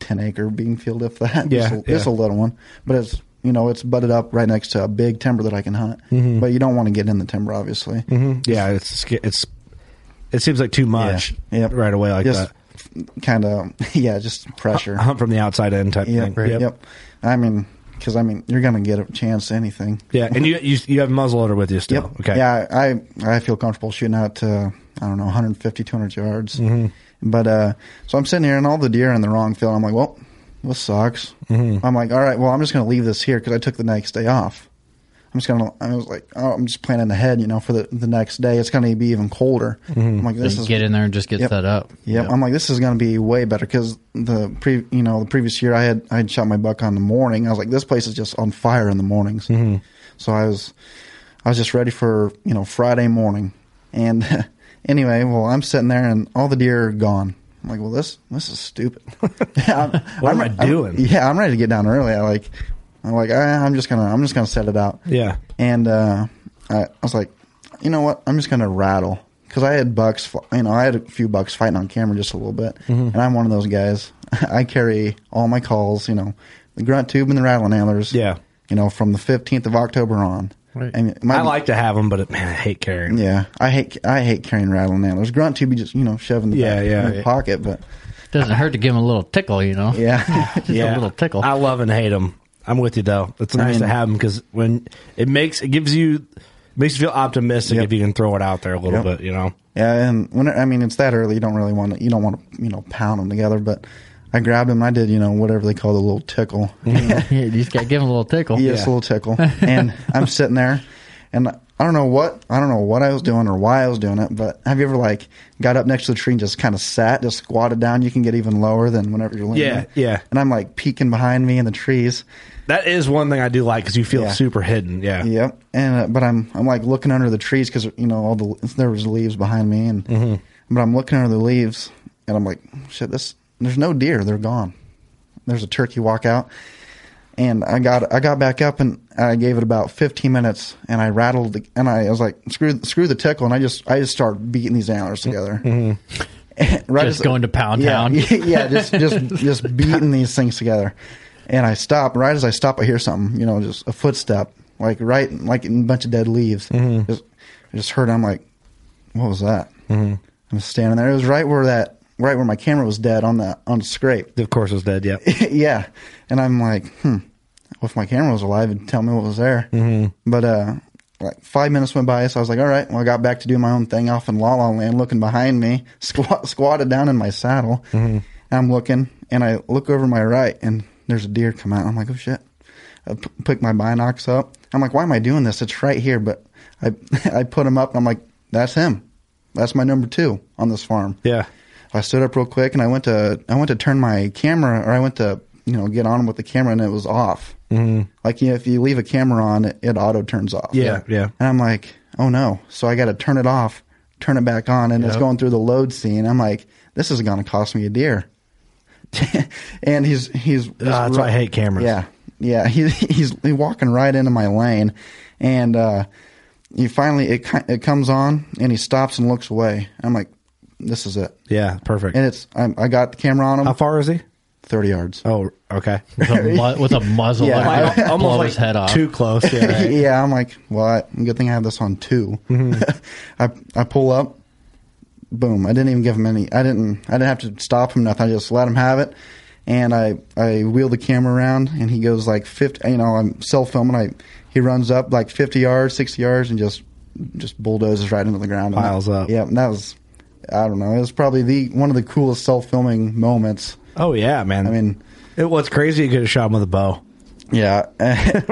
ten acre bean field if that.
Yeah,
just, a, just a
yeah.
little one, but it's you know it's butted up right next to a big timber that I can hunt.
Mm-hmm.
But you don't want to get in the timber, obviously.
hmm Yeah, it's sca- it's it seems like too much
Yeah. Yep.
right away like
just
that.
kind of *laughs* yeah, just
*laughs*
pressure.
I hunt from the outside in type
Yep,
thing.
yep. I mean, because I mean, you're gonna get a chance to anything.
Yeah, and you you you have muzzleloader with you still.
Yep.
Okay.
Yeah, I I feel comfortable shooting out to I don't know 150 200 yards.
Mm-hmm.
But uh, so I'm sitting here and all the deer are in the wrong field. I'm like, well, this sucks.
Mm-hmm.
I'm like, all right, well, I'm just going to leave this here because I took the next day off. I'm just gonna. I was like, oh, I'm just planning ahead, you know, for the, the next day. It's gonna be even colder.
Mm-hmm.
I'm like,
Then
this
you
is
get in there and just get
Yep.
set up.
Yep. I'm like, this is going to be way better because the pre, you know, the previous year I had I had shot my buck on the morning. I was like, this place is just on fire in the mornings.
Mm-hmm.
So I was, I was just ready for you know Friday morning. And *laughs* anyway, well, I'm sitting there and all the deer are gone. I'm like, well, this this
*laughs*
is stupid. I'm,
What am I doing?
yeah, I'm ready to get down early. I like, I'm like, I, I'm just gonna I'm just gonna set it out.
Yeah.
And uh, I, I was like, you know what? I'm just going to rattle. Because I had bucks, fl- you know, I had a few bucks fighting on camera just a little bit.
Mm-hmm.
And I'm one of those guys. *laughs* I carry all my calls, you know, the grunt tube and the rattling antlers.
Yeah.
You know, from the 15th of October on.
Right.
I, mean, it might
I
be-
like to have them, but it, man, I hate carrying. 'em.
Yeah, I hate I hate carrying rattling antlers. Grunt tube, you just you know shove in the
Yeah,
back
yeah.
in your pocket, but
Doesn't hurt to give them a little tickle, you know.
yeah,
*laughs*
*laughs*
Just a little tickle.
I love and hate them. I'm with you though. It's nice
mean-
to have them because when it makes it gives you makes you feel optimistic
Yep.
if you can throw it out there a little
Yep.
bit. You know.
Yeah, and when I mean it's that early, you don't really want to you don't want to you know pound them together. But I grabbed them. I did you know whatever they call the little tickle.
yeah, *laughs* you just got to give them a little tickle.
Yes, a little tickle.
*laughs*
And I'm sitting there, and I don't know what I don't know what I was doing or why I was doing it. But have you ever like got up next to the tree and just kind of sat, just squatted down? You can get even lower than whenever you're leaning.
Yeah, yeah.
And I'm like peeking behind me in the trees.
That is one thing I do like because you feel
Yeah.
super hidden. Yeah.
Yep. And uh, but I'm I'm like looking under the trees because you know all the there was leaves behind me, and but I'm looking under the leaves, and I'm like, shit, this there's no deer, they're gone. There's a turkey walk out, and I got I got back up and I gave it about 15 minutes, and I rattled the, and I, was like, screw screw the tickle, and I just I just started beating these antlers together. *laughs* right
Just going to pound
yeah,
town.
*laughs* yeah, just
*laughs*
just just beating these things together. And I stop. Right as I stop, I hear something. You know, just a footstep, like right, like in a bunch of dead leaves. Just, I just heard. I'm like, what was that? Mm-hmm. I'm standing there. It was right where that, right where my camera was dead on the on the scrape.
Of course, it's dead. Yeah.
*laughs* yeah, and I'm like, hmm. Well, if my camera was alive, it'd tell me what was there. Mm-hmm. But uh, like five minutes went by, so I was like, all right. Well, I got back to do my own thing off in La La Land, looking behind me, *laughs* squat, squatted down in my saddle. And I'm looking, and I look over my right, and there's a deer come out. I'm like, oh shit. I p- pick my binocs up. I'm like, why am I doing this? It's right here. But *laughs* I I put him up, and I'm like, that's him. That's my number two on this farm.
Yeah.
I stood up real quick and I went to I went to turn my camera or I went to you know get on with the camera and it was off.
Mhm.
Like you know, if you leave a camera on, it, it auto turns off.
Yeah, yeah.
And I'm like, oh no! So I got to turn it off, turn it back on, and it's
Yep.
going through the load scene. I'm like, this is going to cost me a deer. *laughs* and he's he's
Ah, that's why I hate cameras.
Yeah, yeah. He, he's he's walking right into my lane, and uh, he finally it ki- it comes on and he stops and looks away. I'm like, this is it.
Yeah, perfect.
And it's I'm, I got the camera on him. How
far is he?
Thirty yards.
Oh,
*laughs*
okay.
With a, mu- with a muzzle,
Yeah.
like,
Like,
blow
almost
his head off.
too close.
*laughs* Yeah, I'm like, well, I, good thing I have this on 2
Mm-hmm.
*laughs* I I pull up, boom. I didn't even give him any. I didn't. I didn't have to stop him nothing. I just let him have it, and I I wheel the camera around, and he goes like 50. You know, I'm self filming. I he runs up like 50 yards, 60 yards, and just just bulldozes right into the ground.
Piles up.
Yeah, and that was. I don't know. It was probably the one of the coolest self filming moments.
Oh yeah, man. I
mean,
it, what's crazy? You could have shot him with a bow.
*laughs* Yeah,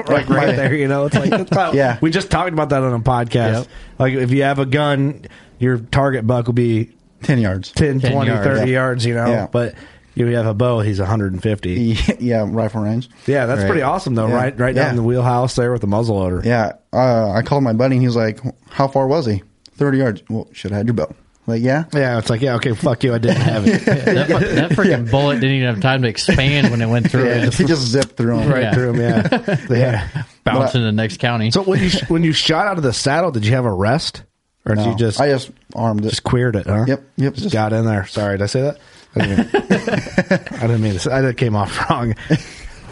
like *laughs* right there. You know, it's like it's not-
Yeah.
We just talked about that on a podcast.
Yep.
Like if you have a gun, your target buck will be
10 yards,
10,
10
20,
yards.
30
Yeah.
yards. You know,
Yeah.
but you have a bow, he's 150.
*laughs* yeah, rifle range.
Yeah, that's
Right.
pretty awesome though.
Yeah.
Right, right
Yeah.
down in the wheelhouse there with the muzzle loader.
Yeah, uh, I called my buddy and he was like, "How far was he? Thirty yards. Well, should have had your bow." Like, yeah,
yeah. It's like, yeah, okay, fuck you. I didn't have it.
that, fu- that freaking bullet didn't even have time to expand when it went through
*laughs*
Yeah,
it.
he just zipped through
*laughs*
'em.
Right through 'em, yeah. *laughs* yeah.
Bounced into the next county.
So when you when you shot out of the saddle, did you have a rest, or did
No.
you just
I just armed it.
just queered it? Huh?
Yep, yep.
Just got in there. Sorry, did I say that? I didn't mean, I didn't mean this. I that came off *laughs* wrong.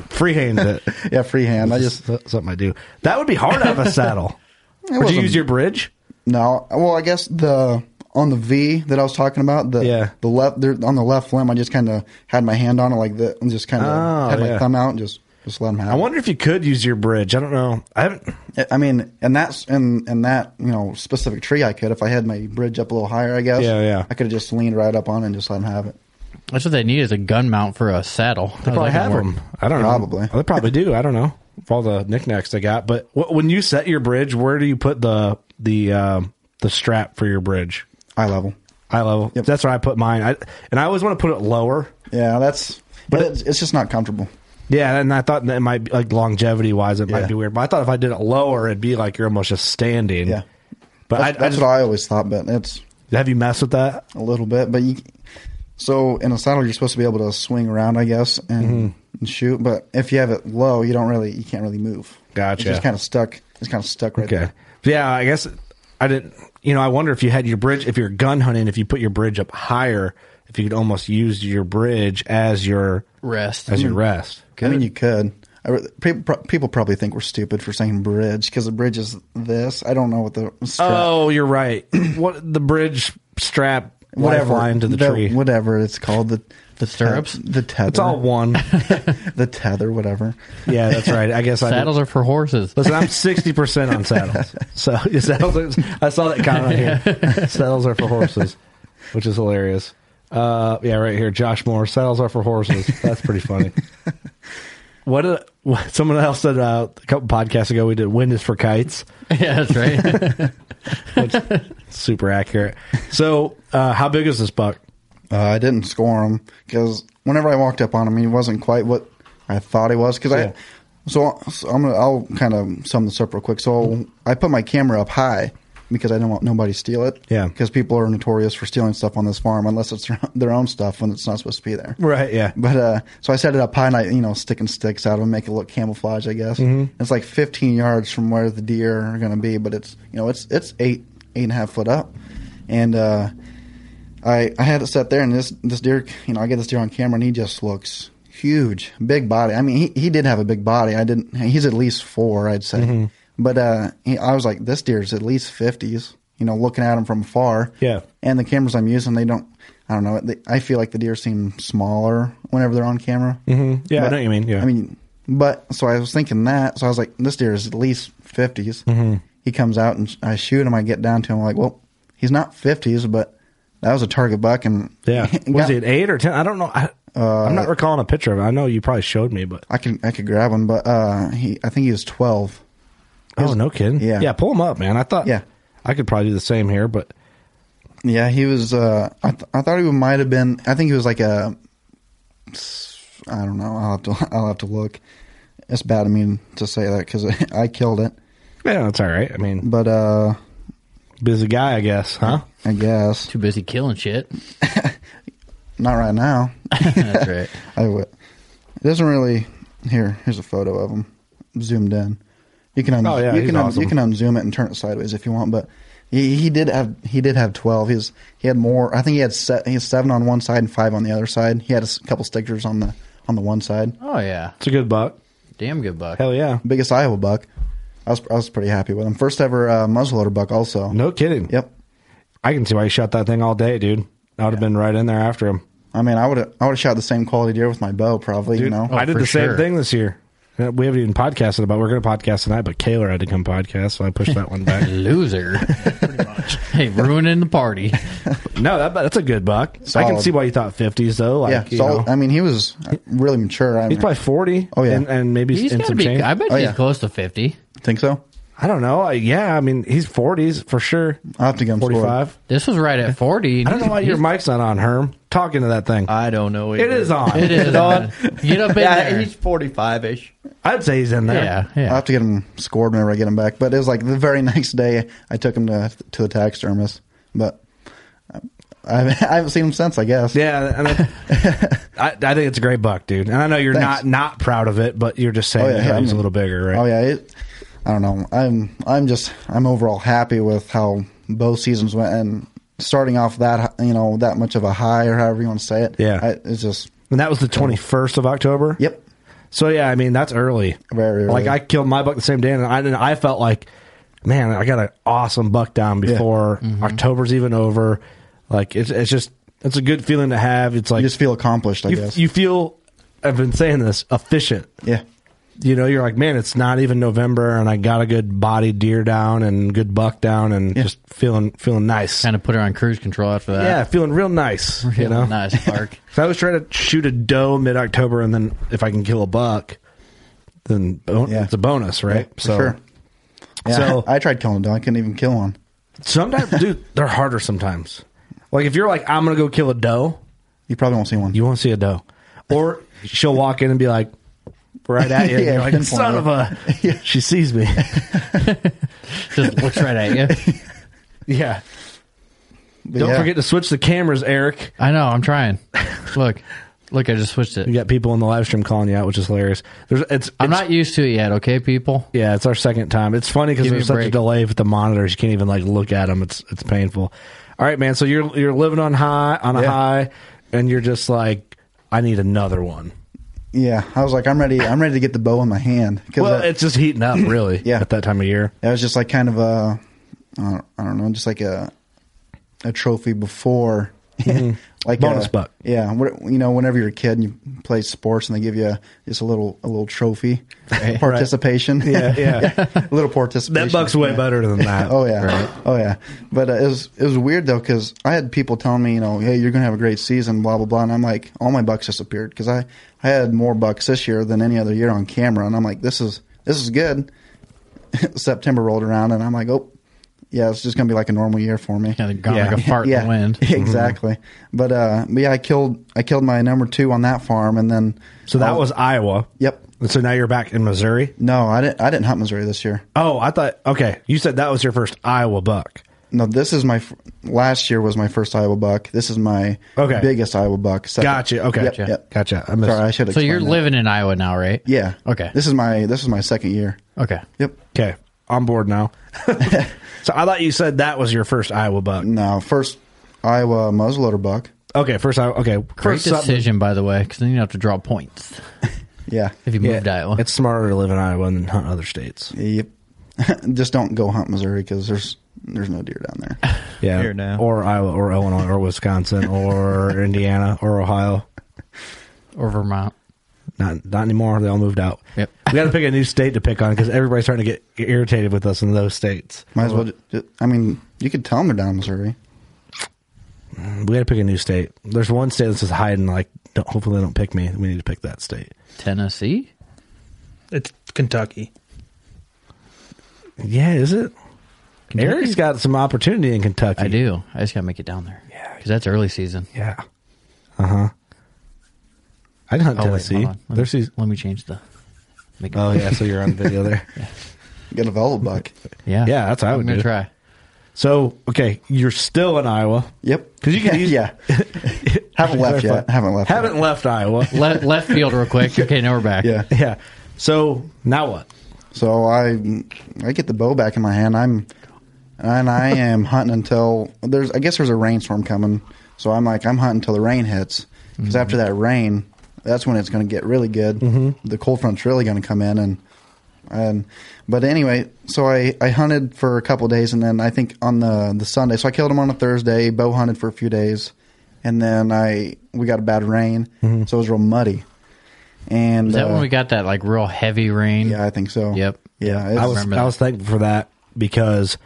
Freehand it.
*laughs* yeah, freehand. I just
something I do. That would be hard out of a saddle.
It
Would you
wasn't-
use your bridge?
No, well, I guess the on the V that I was talking about, the
Yeah.
the left there on the left limb, I just kind of had my hand on it like that, and just kind of
Oh,
had my
yeah.
thumb out and just just let him have.
I wonder if you could use your bridge. I don't know. I haven't.
it. I mean, and that's and and that you know specific tree, I could if I had my bridge up a little higher, I guess.
Yeah, yeah.
I could have just leaned right up on it and just let him have it.
That's what they need is a gun mount for a saddle.
They probably have them. I don't know. Oh,
Probably.
They probably do. I don't know. With all the knickknacks they got. But wh- when you set your bridge, where do you put the the um, the strap for your bridge?
Eye level.
Eye level. That's where I put mine. I, and I always want to put it lower.
Yeah, that's. But it's, it's just not comfortable.
Yeah, and I thought that it might be like longevity wise, it
Yeah.
might be weird. But I thought if I did it lower, it'd be like you're almost just standing.
Yeah.
But
that's,
I,
that's what I always thought, but it's
have you messed with that
a little bit. But you, so in a saddle, you're supposed to be able to swing around, I guess, and, and shoot. But if you have it low, you don't really, you can't really move.
Gotcha.
It's just kind of stuck. It's kind of stuck right
Okay.
there.
Yeah, I guess I didn't. You know, I wonder if you had your bridge, if you're gun hunting, if you put your bridge up higher, if you could almost use your bridge as your
Rest. Hmm.
as your rest.
I mean, you could. I, re- people, pro- people probably think we're stupid for saying bridge because the bridge is this. I don't know what the strap,
Oh, you're right. *clears throat* what the bridge strap, whatever, line to the, tree.
whatever it's called, the the te-
stirrups?
the tether.
It's all
*laughs*
one.
the tether, whatever.
Yeah, that's right. I guess I did-
Saddles are for horses.
Listen, I'm sixty percent on *laughs* saddles. So saddles. Are, I saw that comment *laughs* here. saddles are for horses, which is hilarious. Uh, yeah, right here, Josh Moore. Saddles are for horses. That's pretty *laughs* funny. What, a, what someone else said uh, a couple podcasts ago, we did "Wind is for kites."
*laughs* yeah, that's right. *laughs*
Super accurate. So, uh, how big is this buck?
Uh, I didn't score him because whenever I walked up on him, he wasn't quite what I thought he was. Because
Yeah.
I, so, so I'm gonna, I'll kind of sum this up real quick. So I put my camera up high because I don't want nobody to steal it.
Yeah.
Because people are notorious for stealing stuff on this farm unless it's their- their own stuff when it's not supposed to be there.
Right. Yeah.
But uh, so I set it up high, and I you know sticking sticks out of them, make it look camouflage, I guess. It's like 15 yards from where the deer are going to be, but it's you know it's it's eight eight and a half foot up, and uh, I I had it set there, and this this deer, you know, I get this deer on camera, and he just looks huge, big body. I mean, he he did have a big body. I didn't. He's at least four, I'd say.
Mm-hmm.
But uh, he, I was like, this deer's at least 50s. You know, looking at him from far
Yeah.
and the cameras I'm using, they don't. I don't know. They, I feel like the deer seem smaller whenever they're on camera.
Mm-hmm. Yeah, I
But-
know what you mean. Yeah.
I mean, but so I was thinking that. So I was like, this deer is at least 50s.
Mm-hmm.
He comes out and I shoot him. I get down to him. I'm like, well, he's not 50s, but that was a target buck. And *laughs*
yeah. *laughs* Was
got-
it eight or ten? I don't know. I, I'm not recalling a picture of it. I know you probably showed me, but
I can I could grab him, but uh, he I think he was 12.
Oh, no kidding.
Yeah.
Yeah, pull them up, man. I thought
Yeah.
I could probably do the same here, but
Yeah, he was. Uh, I th- I thought he might have been. I think he was like a. I don't know. I'll have to. *laughs* I'll have to look. It's bad of me to say that because *laughs* I killed it.
Yeah, that's all right. I mean,
but uh,
busy guy, I guess, huh?
I guess
too busy killing shit.
Not right now.
That's right.
I would. It doesn't really. Here, here's a photo of him, zoomed in. You can un-
Oh, yeah,
you
he's
can un-
awesome.
you can unzoom it and turn it sideways if you want, but he, he did have he did have twelve. He was he had more. I think he had se- he had seven on one side and five on the other side. He had a s- couple stickers on the on the one side.
Oh yeah,
It's a good buck.
damn good buck.
Hell yeah.
Biggest Iowa buck. I was I was pretty happy with him. First ever uh, muzzleloader buck. Also,
No kidding.
Yep.
I can see why you shot that thing all day, dude. I would have been right in there after him.
I mean, I would have I would have shot the same quality deer with my bow probably. you know,
Oh,
I did the same thing this year. Uh, We haven't even podcasted about. We're going to podcast tonight, but Kaylor had to come podcast, so I pushed that one
*laughs*
back. *laughs*
Loser. hey, ruining the party.
no, that, that's a good buck. I can
Solid.
see why you thought fifties though. Like,
yeah.
you
So
know.
I mean, he was really mature. I
he's
mean,
probably forty.
Oh, yeah.
and, and maybe
He's
in
gotta
some
be.
change.
I bet
Oh,
he's
yeah.
close to fifty.
think so.
I don't know. Uh, Yeah, I mean he's forties for sure.
I will have to get him
Forty
scored.
five.
This was right at forty.
I don't know why your mic's not on, Herm. Talking to that thing.
I don't know.
It is on.
*laughs* Uh, It is on. Get up in
Yeah,
there.
he's 45 ish.
I'd say he's in there.
Yeah,
I'll
yeah.
have to get him scored whenever I get him back. But it was like the very *laughs* next day I took him to to the taxidermist. But I, *laughs* I haven't seen him since. I guess.
Yeah,
*laughs*
I, mean, I, I think it's a great buck, dude. And I know you're
Thanks.
not not proud of it, but you're just saying
Oh, yeah,
that
yeah, I
he's a
mean-
little bigger, right?
Oh yeah. It, I don't know. I'm I'm just I'm overall happy with how both seasons went and starting off that you know that much of a high or however you want to say it.
Yeah.
I, it's just
And that was the 21st of October.
yep.
So yeah, I mean that's early.
Very early.
Like I killed my buck the same day, and I and I felt like, man, I got an awesome buck down before
Mm-hmm.
October's even over. Like it's it's just it's a good feeling to have. It's like
You just feel accomplished. I
you,
guess.
you feel. I've been saying this efficient.
yeah.
You know, you're like, man, it's not even November, and I got a good body deer down and good buck down, and
Yeah.
just feeling feeling nice.
Kind of put her on cruise control after that.
yeah, feeling real nice. you know,
nice park. *laughs*
So I was trying to shoot a doe mid October, and then if I can kill a buck, then bon-
Yeah.
it's a bonus, right?
For sure. Yeah,
so-
I tried killing a dog. I couldn't even kill one.
sometimes, dude, they're harder sometimes. Like if you're like, I'm gonna go kill a doe,
You probably won't see one.
you won't see a doe, or she'll walk in and be like, right at you, and
Yeah,
you're like,
pinpoint
son
her.
of a, she sees me.
Just looks right at you.
*laughs* yeah.
But
Don't
yeah.
forget to switch the cameras, Eric.
I know. I'm trying. Look, look. I just switched it.
You got people in the live stream calling you out, which is hilarious. There's, it's,
I'm
it's-
not used to it yet. Okay, people.
Yeah, it's our second time. It's funny because
Give me
there's
a
such a
break.
delay with the monitors. You can't even like look at them. It's it's painful. All right, man. So you're you're living on high on a
Yeah.
high, and you're just like, I need another one.
Yeah, I was like, I'm ready. I'm ready to get the bow in my hand. 'Cause
Well,
that-
it's just heating up, really. *laughs*
Yeah.
at that time of year.
that was just like kind of a, I don't- I don't know, just like a, a trophy before, *laughs* like
Mm-hmm. Bonus
a,
buck.
Yeah, what- you know, whenever you're a kid and you play sports and they give you a, just a little a little trophy participation.
Yeah, yeah.
*laughs* a little participation.
That buck's way
Yeah.
better than *laughs* that.
Oh yeah, oh yeah. But uh, it was it was weird though because I had people telling me, you know, hey, you're gonna have a great season, blah blah blah, and I'm like, all my bucks disappeared because I I had more bucks this year than any other year on camera, and I'm like, this is this is good. *laughs* September rolled around, and I'm like, oh, yeah, it's just gonna be like a normal year for me.
Kind of gone like
*laughs*
a
Yeah.
fart in the wind.
*laughs* exactly. But uh, but yeah, I killed I killed my number two on that farm, and then
So that was Iowa.
yep.
So now you're back in Missouri.
No, I didn't I didn't hunt Missouri this year.
Oh, I thought okay. You said that was your first Iowa buck.
No, this is my f- last year was my first Iowa buck. This is my
Okay.
biggest Iowa buck. Second-
Gotcha. Okay.
Yep, yep.
Gotcha. I missed.
Sorry, I should.
So you're
explain that.
living in Iowa now, right?
Yeah.
Okay.
This is my this is my second year.
Okay.
Yep.
Okay, on board
*laughs*
now. so I thought you said that was your first Iowa buck.
No, first Iowa muzzleloader buck.
Okay, first I okay.
Great
first something-
decision, by the way, because then you don't have to draw points
Yeah.
if you
Yeah,
move to Iowa.
It's smarter to live in Iowa than hunt other states.
Yep. *laughs* Just don't go hunt Missouri because there's there's no deer down
*laughs*
there.
Yeah,
Here now.
or Iowa, or Illinois, or
*laughs*
Wisconsin, or Indiana, or Ohio.
or Vermont.
Not not anymore. They all moved out.
Yep.
We got to pick a new state to pick on because everybody's starting to get irritated with us in those states.
Might as well. ju- ju- I mean, you could tell them they're down in Missouri.
We got to pick a new state. There's one state that's just hiding. Like, don't, hopefully they don't pick me. We need to pick that state.
Tennessee?
It's Kentucky.
Yeah, is it?
Kentucky?
Eric's got some opportunity in Kentucky.
I do. I just got to make it down there. Yeah. Because that's early season.
Yeah. Uh huh. I'd hunt
Oh, wait,
Tennessee.
hold on. Let
Their
me- *laughs*
season.
Let me change the. Make
Oh yeah, so you're on video there.
Get a velvet buck.
Yeah.
yeah, that's what I
I'm
would
gonna
do.
try.
*laughs* So okay, you're still in Iowa. *laughs*
Yep.
Because
*laughs*
you can use
yeah. haven't left yet. Haven't left.
haven't left Iowa.
Le- left field real quick. Okay, now we're back.
Yet. Yeah.
*laughs* yeah. So now what?
So I I get the bow back in my hand. I'm and I am hunting until there's I guess there's a rainstorm coming. So I'm like I'm hunting until the rain hits because after that rain, that's when it's going to get really good. The cold front's really going to come in and and but anyway, so I I hunted for a couple days and then I think on the the Sunday. So I killed him on a Thursday. Bow hunted for a few days. And then I we got a bad rain, so it was real muddy. And
Is that
uh,
when we got that like real heavy rain?
yeah, I think so.
Yep.
Yeah, it's-
I was
Remember
I
that.
was thankful for that because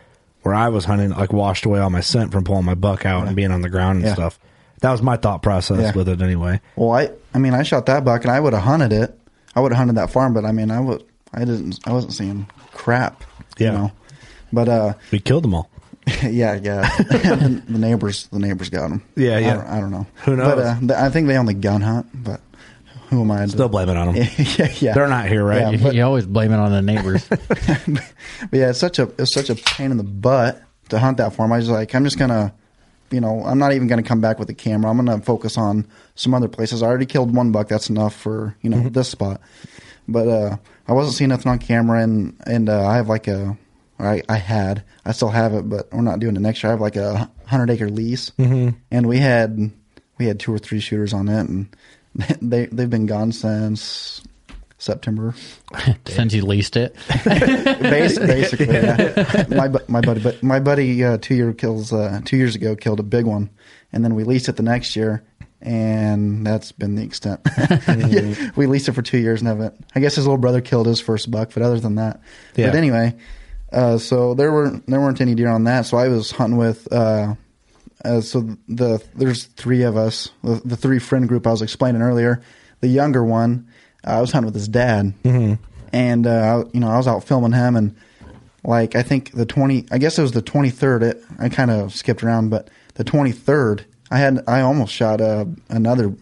where I was hunting, like washed away all my scent from pulling my buck out and being on the ground and
Yeah.
stuff. That was my thought process
Yeah.
with it anyway.
Well, I I mean, I shot that buck, and I would have hunted it. I would have hunted that farm, but I mean, I would I didn't I wasn't seeing crap.
Yeah.
You know?
*laughs*
But uh,
We killed them all.
yeah, yeah. *laughs* the, the neighbors, the neighbors got them.
Yeah, yeah.
I don't, I don't know.
Who
But,
knows?
uh, th- I think they only gun hunt, but who am I? to-
Still blame it on them.
*laughs* yeah, yeah.
They're not here, right?
Yeah,
You, you always blame it on the neighbors.
But yeah, it's such a it's such a pain in the butt to hunt that farm. I was like, I'm just gonna, you know, I'm not even gonna come back with a camera. I'm gonna focus on some other places. I already killed one buck. That's enough for you know this spot. But uh, I wasn't seeing nothing on camera, and and uh, I have like a, I I had, I still have it, but we're not doing it next year. I have like a hundred acre lease, and we had we had two or three shooters on it, and *laughs* they they've been gone since September.
*laughs* Since you leased it,
*laughs* Bas- basically, yeah. my bu- my buddy, but my buddy uh, two year kills uh, two years ago killed a big one, and then we leased it the next year, and that's been the extent. *laughs* Yeah, we leased it for two years and haven't. I guess his little brother killed his first buck, but other than that,
Yeah.
but anyway, uh, so there weren't there weren't any deer on that. So I was hunting with. Uh, uh, so the there's three of us, the, the three friend group I was explaining earlier. The younger one, uh, I was hunting with his dad, and uh, I, you know I was out filming him, and like I think the twenty, I guess it was the twenty third. It I kind of skipped around, but the twenty third, I had I almost shot uh, another.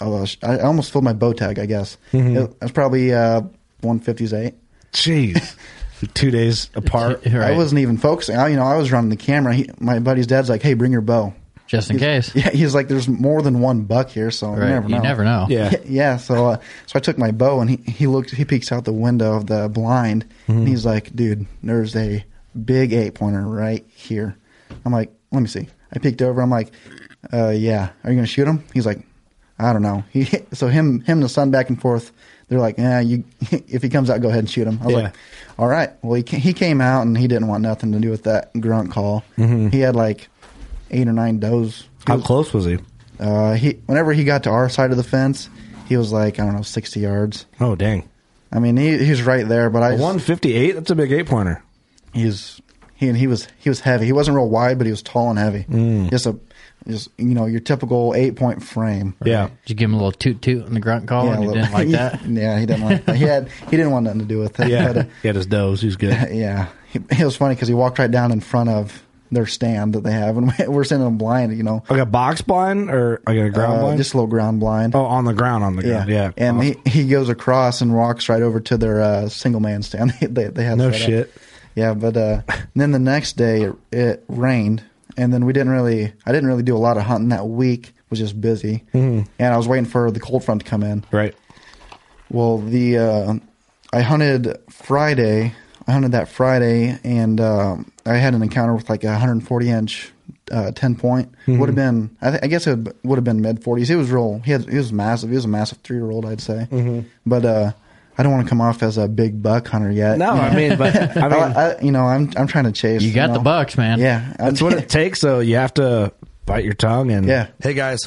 Uh, I almost filled my bow tag. I guess it, was probably uh, one fifties eight.
Jeez. *laughs* Two days apart.
Right.
I wasn't even focusing. I, you know, I was running the camera. He, my buddy's dad's like, "Hey, bring your bow."
just
*laughs*
in case.
Yeah, he's like, "There's more than one buck here, so
Right.
you never know."
You never know.
*laughs* Yeah.
Yeah, yeah, so uh, so I took my bow and he, he looked he peeks out the window of the blind
Mm-hmm.
and he's like, dude, there's a big eight pointer right here. I'm like, let me see. I peeked over. I'm like, uh, yeah, are you gonna shoot him? He's like, I don't know. He so him him and the son back and forth. They're like, yeah, you *laughs* if he comes out, go ahead and shoot him. I was
Yeah.
like, all right. Well, he ca- he came out and he didn't want nothing to do with that grunt call. He had like eight or nine does. He
Mm-hmm. How
was-
close was he?
uh, he whenever he got to our side of the fence, he was like I don't know sixty yards.
Oh dang.
I mean, he he's right there, but I just,
One fifty eight, that's a big eight pointer.
he's he and he was he was heavy. He wasn't real wide, but he was tall and heavy. Just a just you know your typical eight point frame.
Yeah.
Did you give him a little toot toot in the grunt call, and
a
he
little- *laughs*
*laughs*
didn't like that?
yeah, he didn't like that. He had he didn't want nothing to do with it.
Yeah.
but, uh,
he had his does, he's
*laughs*
good.
yeah. He, it was funny because he walked right down in front of their stand that they have, and *laughs* we're sending him blind. You know,
Like a box blind or like a ground
Uh,
blind?
just a little ground blind.
oh on the ground, on the ground, yeah.
And he, he goes across and walks right over to their uh, single man stand. *laughs* they, they, they had
No
set up.
shit.
Yeah, but uh, and then the next day it, it rained, and then we didn't really. I didn't really do a lot of hunting that week. Was just busy,
Mm-hmm.
and I was waiting for the cold front to come in.
Right.
Well, the uh, I hunted Friday. I hunted that Friday, and um, I had an encounter with like a 140 inch uh, 10 point.
Mm-hmm.
Would have been, I, th- I guess it would have been mid 40s. He was real. He, had, he was massive. He was a massive three year old, I'd say.
Mm-hmm.
But uh, I don't want to come off as a big buck hunter yet.
No, I mean but I
*laughs* I,
mean
I- you know, I'm I'm trying to chase.
You got the
know?
bucks, man.
Yeah, I'm-
That's what
*laughs*
it takes, though. You have to bite your tongue and
Yeah.
Hey guys,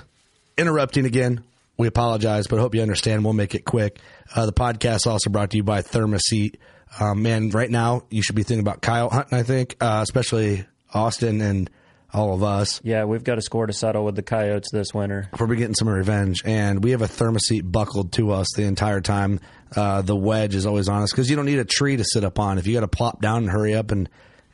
interrupting again. We apologize, but hope you understand. We'll make it quick. Uh, the podcast also brought to you by Thermoseat. Um, man, right now you should be thinking about Kyle hunting. I think, uh, especially Austin and all of us.
Yeah, we've got a score to settle with the Coyotes this winter.
We're getting some revenge, and we have a thermoset buckled to us the entire time. Uh, the wedge is always on us because you don't need a tree to sit up on. If you got to plop down and hurry up and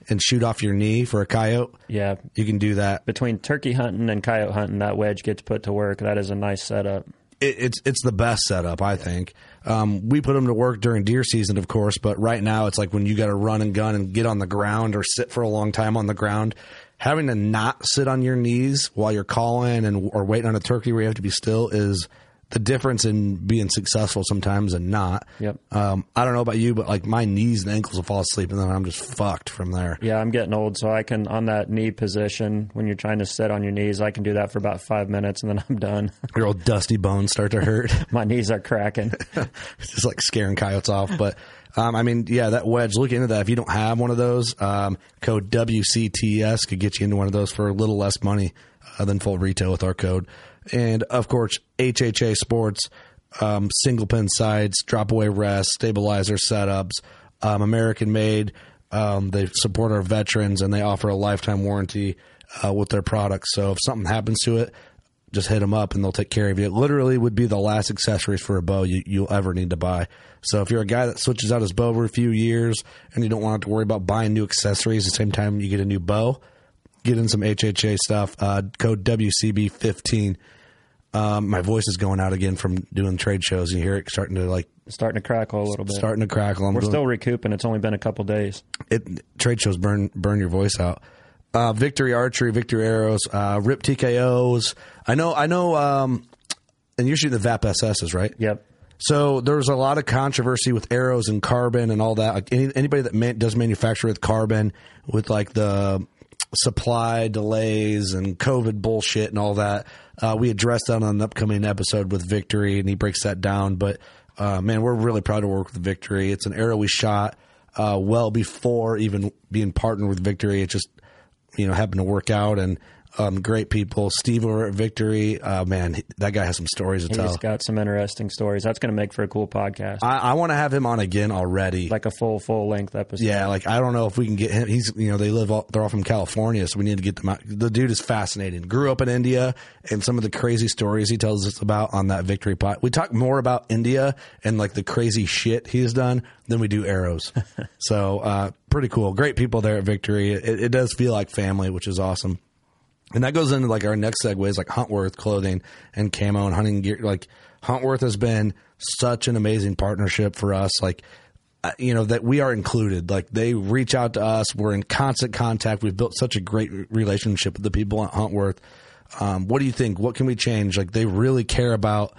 and shoot off your knee for a coyote.
Yeah.
You can do that.
Between turkey hunting and coyote hunting, that wedge gets put to work. That is a nice setup.
It, it's it's the best setup, I think. Um, we put them to work during deer season, of course, but right now it's like when you got to run and gun and get on the ground or sit for a long time on the ground. Having to not sit on your knees while you're calling and or waiting on a turkey where you have to be still is the difference in being successful sometimes and not.
Yep.
Um, I don't know about you, but like my knees and ankles will fall asleep and then I'm just fucked from there.
Yeah, I'm getting old, so I can on that knee position when you're trying to sit on your knees. I can do that for about five minutes, and then *laughs* I'm done.
Your old dusty bones start to
*laughs*
hurt.
My knees are cracking.
*laughs* it's just like scaring coyotes off. But um, I mean, yeah, that wedge. Look into that. If you don't have one of those, um, code WCTS could get you into one of those for a little less money uh, than full retail with our code. And of course, HHA Sports, um, single pin sides, drop away rest, stabilizer setups, um, American made. Um, they support our veterans and they offer a lifetime warranty uh, with their products. So if something happens to it, just hit them up and they'll take care of you. It literally would be the last accessories for a bow you, you'll ever need to buy. So if you're a guy that switches out his bow every few years and you don't want to worry about buying new accessories at the same time you get a new bow, get in some HHA stuff. Uh, code WCB15. Um, my voice is going out again from doing trade shows. You hear it starting to like
starting to crackle a little bit.
Starting to crackle. I'm
We're still recouping. It's only been a couple days.
It trade shows burn burn your voice out. Uh, victory archery, victory arrows, uh, rip TKOs. I know, I know. Um, and you're shooting the VAP SSs, right?
Yep.
So there's a lot of controversy with arrows and carbon and all that. Like any, anybody that man, does manufacture with carbon, with like the supply delays and COVID bullshit and all that. Uh, we addressed that on an upcoming episode with Victory, and he breaks that down. But uh, man, we're really proud to work with Victory. It's an arrow we shot uh, well before even being partnered with Victory. It just you know happened to work out and. Um, great people, Steve over at Victory. uh, man, he- that guy has some stories to tell.
He's got some interesting stories. That's going to make for a cool podcast,
I, I want to have him on again already.
like a full full length episode.
yeah, like I don't know if we can get him. He's you know they live all, they're all from California, so we need to get them out. The dude is fascinating. Grew up in India, and some of the crazy stories he tells us about on that victory pot. We talk more about India and like the crazy shit he has done than we do arrows. so uh, pretty cool. Great people there at Victory. It, it does feel like family, which is awesome. And that goes into like our next segue is like Huntworth clothing and camo and hunting gear. Like Huntworth has been such an amazing partnership for us. Like, uh, you know, that we are included. Like they reach out to us. We're in constant contact. We've built such a great re- relationship with the people at Huntworth. Um, what do you think? What can we change? Like they really care about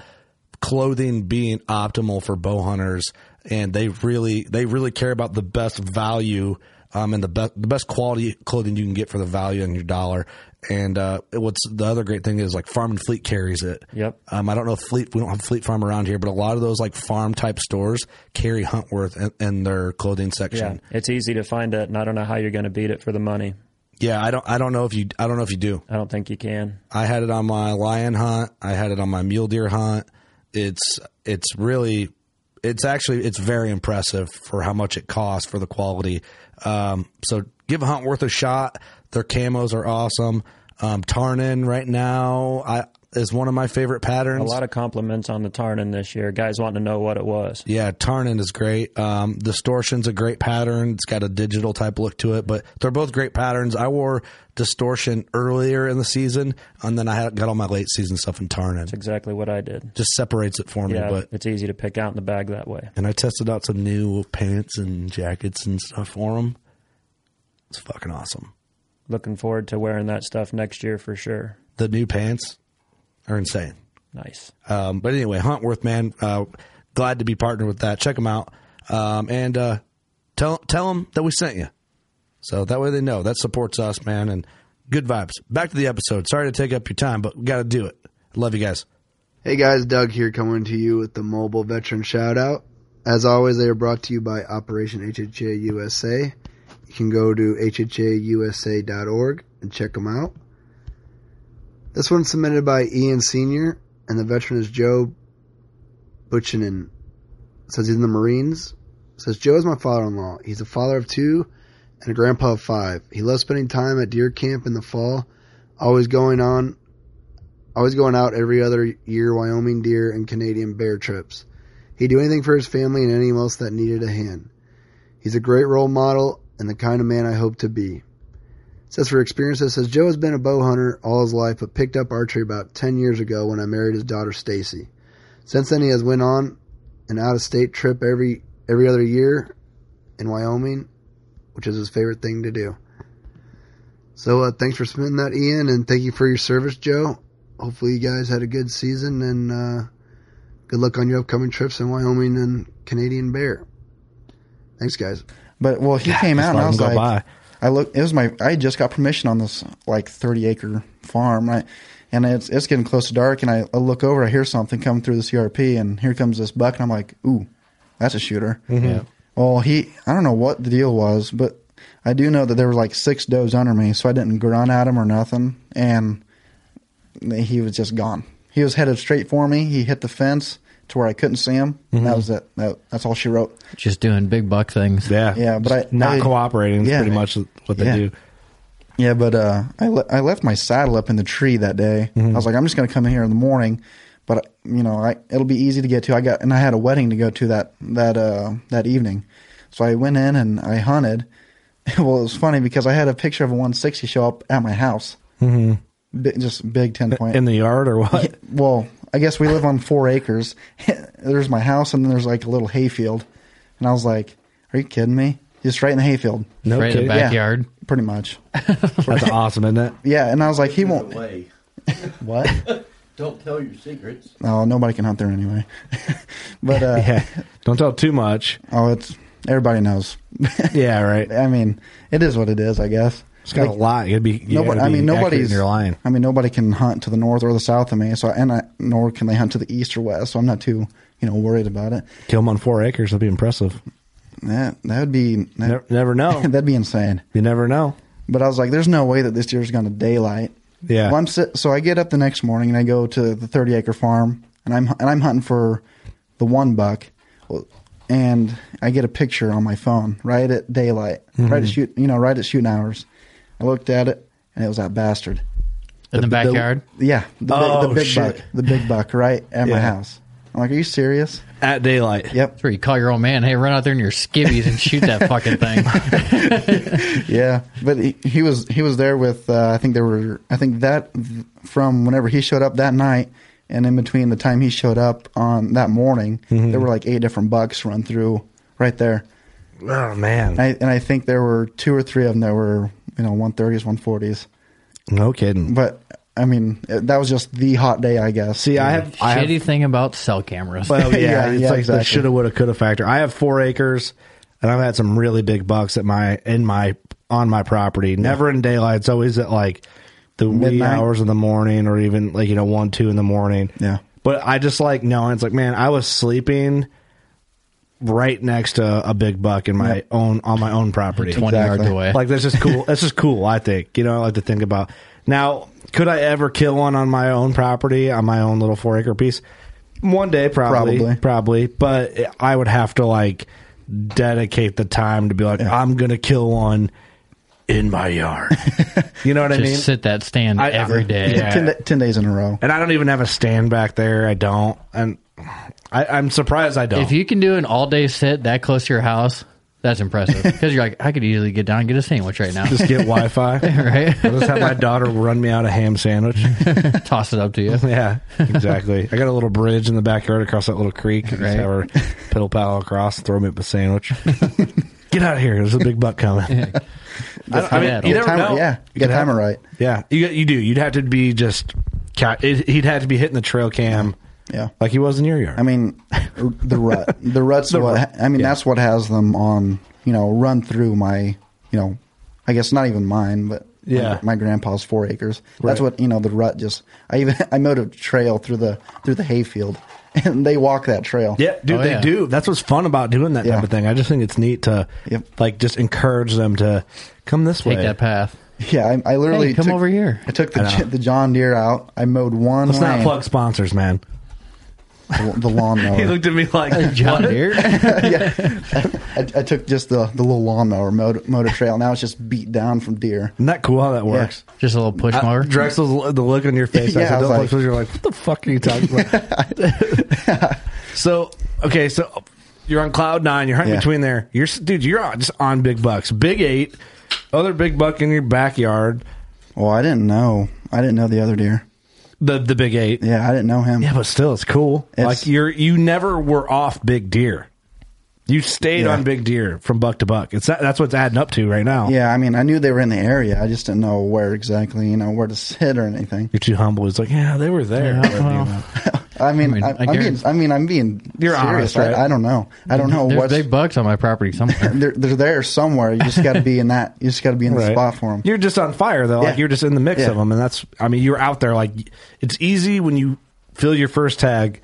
clothing being optimal for bow hunters and they really they really care about the best value um, and the best the best quality clothing you can get for the value and your dollar and uh, what's the other great thing is like farm and fleet carries it
Yep.
um, I don't know if fleet we don't have fleet farm around here but a lot of those like farm type stores carry Huntworth and, and their clothing section
Yeah, it's easy to find it, and I don't know how you're going to beat it for the money.
yeah I don't I don't know if you I don't know if you do
I don't think you can.
I had it on my lion hunt. I had it on my mule deer hunt. It's it's really it's actually it's very impressive for how much it costs for the quality. Um, so give a hunt worth a shot. Their camos are awesome. Um, Tarnin right now I, is one of my favorite patterns.
A lot of compliments on the Tarnin this year. Guys wanting to know what it was.
Yeah, Tarnin is great. Um, distortion's a great pattern. It's got a digital type look to it, but they're both great patterns. I wore distortion earlier in the season, and then I had, got all my late season stuff in Tarnin.
Exactly what I did.
Just separates it for me.
Yeah,
But
it's easy to pick out in the bag that way.
and I tested out some new pants and jackets and stuff for them. It's fucking awesome.
Looking forward to wearing that stuff next year for sure.
The new pants are insane.
Nice.
Um, but anyway, Huntworth, man, uh, glad to be partnered with that. Check them out. Um, and uh, tell, tell them that we sent you. So that way they know. That supports us, man. And good vibes. Back to the episode. Sorry to take up your time, but we got to do it. Love you guys.
Hey guys, Doug here coming to you with the mobile veteran shout out. As always, they are brought to you by Operation HHA USA. You can go to hhausa.org and check them out. This one's submitted by Ian Sr., and the veteran is Joe Butchinen. Says he's in the Marines. Says Joe is my father in law. He's a father of two and a grandpa of five. He loves spending time at deer camp in the fall, always going on always going out every other year Wyoming deer and Canadian bear trips. He'd do anything for his family and anyone else that needed a hand. He's a great role model
and the kind of man I hope to be. It says for experience, it says Joe has been a bow hunter all his life, but picked up archery about 10 years ago when I married his daughter Stacy. Since then, he has went on an out of state trip every every other year in Wyoming, which is his favorite thing to do. So uh, thanks for submitting that, Ian, and thank you for your service, Joe. Hopefully, you guys had a good season and uh, good luck on your upcoming trips in Wyoming and Canadian Bear. Thanks, guys.
But well, he
Yeah,
came
just
out and
let
I
him
was
go
like,
by.
I look. It was my. I just got permission on this like thirty acre farm, right? And it's it's getting close to dark, and I, I look over, I hear something coming through the CRP, and here comes this buck, and I'm like, ooh, that's a shooter.
Mm-hmm.
Mhm. Yeah.
Well, he, I don't know what the deal was, but I do know that there were like six does under me, so I didn't grunt at him or nothing, and he was just gone. He was headed straight for me. He hit the fence to where I couldn't see him. And that was it. That, that's all she wrote.
Just doing big buck things.
Yeah.
Yeah, but I-
not
I-
cooperating is
Yeah.
pretty much what they
Yeah.
do.
Yeah, but uh, I le- I left my saddle up in the tree that day. I was like, I'm just going to come in here in the morning, but you know, I it'll be easy to get to. I got and I had a wedding to go to that that uh, that evening, so I went in and I hunted. *laughs* well, it was funny because I had a picture of a 160 show up at my house,
Mm-hmm.
Bi- just big ten point
In the yard or what?
*laughs* Yeah, well, I guess we live on four acres. *laughs* there's my house, and then there's like a little hayfield. And I was like, "Are you kidding me? Just right in the hayfield,
No Right in the kidding.
Yeah,
backyard?
pretty much."
That's awesome, isn't it?
Yeah, and I was like, "He won't." *laughs* what?
*laughs* Don't tell your secrets.
Oh, nobody can hunt there anyway. *laughs*
*laughs*
but uh,
don't tell too much.
Oh, it's everybody knows. *laughs*
yeah, right.
I mean, it is what it is, I guess.
It's got a lot. It'd be. you
Nobody,
gotta
I
be
mean,
accurate in
nobody's.
your line.
I mean, nobody can hunt to the north or the south of me. So, and I, nor can they hunt to the east or west. So, I'm not too, you know, worried about it.
Kill them on four acres. That'd be impressive.
That that would be that,
never, know.
*laughs* that'd be insane.
You never know.
But I was like, there's no way that this deer's going to daylight.
Yeah.
Well, I'm sit- so I get up the next morning and I go to the 30 acre farm and I'm and I'm hunting for the one buck, Well, and I get a picture on my phone right at daylight,
Mhm.
right at shoot you know right at shooting hours. I looked at it and it was that bastard
In the backyard?
yeah, the, big
Oh,
the big
shit.
buck, the big buck right at my
Yeah.
house. I'm like, are you serious?
At daylight.
Yep.
That's where you call your old man, hey, run out there in your skivvies and shoot that fucking thing.
yeah, but he, he was he was there with uh, I think there were I think that th- from whenever he showed up that night and in between the time he showed up on that morning
Mhm.
there were like eight different bucks run through right there.
Oh man.
And I, and I think there were two or three of them that were you know one thirties, one forties.
No kidding.
But I mean it- that was just the hot day, I guess. See,
I have- *laughs* I have-
Shitty thing about cell
*laughs*
cameras.
Well, yeah, it's like
exactly.
the shoulda, woulda, coulda factor. I have four acres, and I've had some really big bucks at my in my on my property. Never in daylight. It's always at like the wee
Midnight?
hours in the morning, or even like you know one, two in the morning.
Yeah.
But I just like knowing it's like, man, I was sleeping right next to a big buck in my
Yep.
own on my own property,
20 yards Exactly. away.
Like that's just cool. that's just cool. I think you know. I like to think about now. Could I ever kill one on my own property on my own little four acre piece? One day, probably,
Probably.
probably, But I would have to like dedicate the time to be like, I'm gonna kill one in my
*laughs*
yard. you know what I
Just
mean?
sit that stand
I- *laughs*
every day.
Yeah.
ten, da- 10 days in a row.
And I don't even have a stand back there. I don't. And I, I'm surprised I don't.
If you can do an all day sit that close to your house,
*laughs*
that's impressive. Because you're like, I could easily get down and get a sandwich right now.
just get Wi-Fi.
Right.
I'll just have my daughter run me out a ham sandwich.
*laughs* Toss it
*laughs*
up to you.
yeah, exactly. I got a little bridge in the backyard across that little creek. Just
Right.
have her piddle paddle across, throw me up a *laughs* sandwich. get out of here! There's a big buck coming.
*laughs*
I, don't- I mean, you
Get
never
time-
know.
yeah,
You
get
could have-
timer right.
Yeah, you you do. You'd have to be just. ca- it- He'd have to be hitting the trail cam.
Yeah.
like he was in your yard.
I mean, the rut. The rut's
*laughs* The
what.
rut,
I mean,
yeah.
that's what has them on. You know, run through my. You know, I guess not even mine, but my-
Yeah.
my, grandpa's four acres. That's
Right.
what you know. The rut just. I even *laughs* I mowed a trail through the through the hayfield, *laughs* and they walk that trail.
Yeah, dude, they do. That's what's fun about doing that
Yeah.
type of thing. I just think it's neat to like just encourage them to come this way.
Take that path.
Yeah, I, I literally
Hey, come
took-
over here.
I took
I
the
know.
the John Deere out. I mowed one.
Let's not
lane,
plug sponsors, man.
the,
*laughs*
the lawnmower. *laughs*
at me like
John Deere.
I, I took just the, the little lawnmower mowed, mowed a trail. Now it's just beat down from deer.
Isn't that cool how that works?
*laughs* Just a little push
I-
mower.
Uh, Drexel's the look on your face.
*laughs* Yeah,
I said,
I was
"Don't
like-
look,"
*laughs*
so you're like, what the fuck are you talking about? so okay, so You're on cloud nine. You're hunting
Yeah.
between there. You're s- dude. You're on, just on big bucks. Big eight. Other big buck in your backyard.
Well, I didn't know. I didn't know the other deer.
The the big eight.
Yeah, I didn't know him.
Yeah, but still, it's cool.
It's-
like you're you never were off big deer. You stayed
Yeah.
on big deer from buck to buck. It's that, that's what's adding up to right now.
Yeah, I mean, I knew they were in the area. I just didn't know where exactly, you know, where to sit or anything.
You're too humble. It's like yeah, they were there. *laughs*
I mean, I
mean,
I,
I
am being,
guarantee-
I mean, I'm being
You're
serious.
honest, right? Mm-hmm.
I, I don't know. I don't know
There's
what's
big bucks on my property
*laughs*
somewhere.
they're, they're there somewhere. You just got to be in that. You just got to be in
*laughs*
the
Right.
spot for them.
You're just on fire though. Like
Yeah.
you're just in the mix
Yeah.
of them, and that's. I mean, you're out there. Like it's easy when you feel your first tag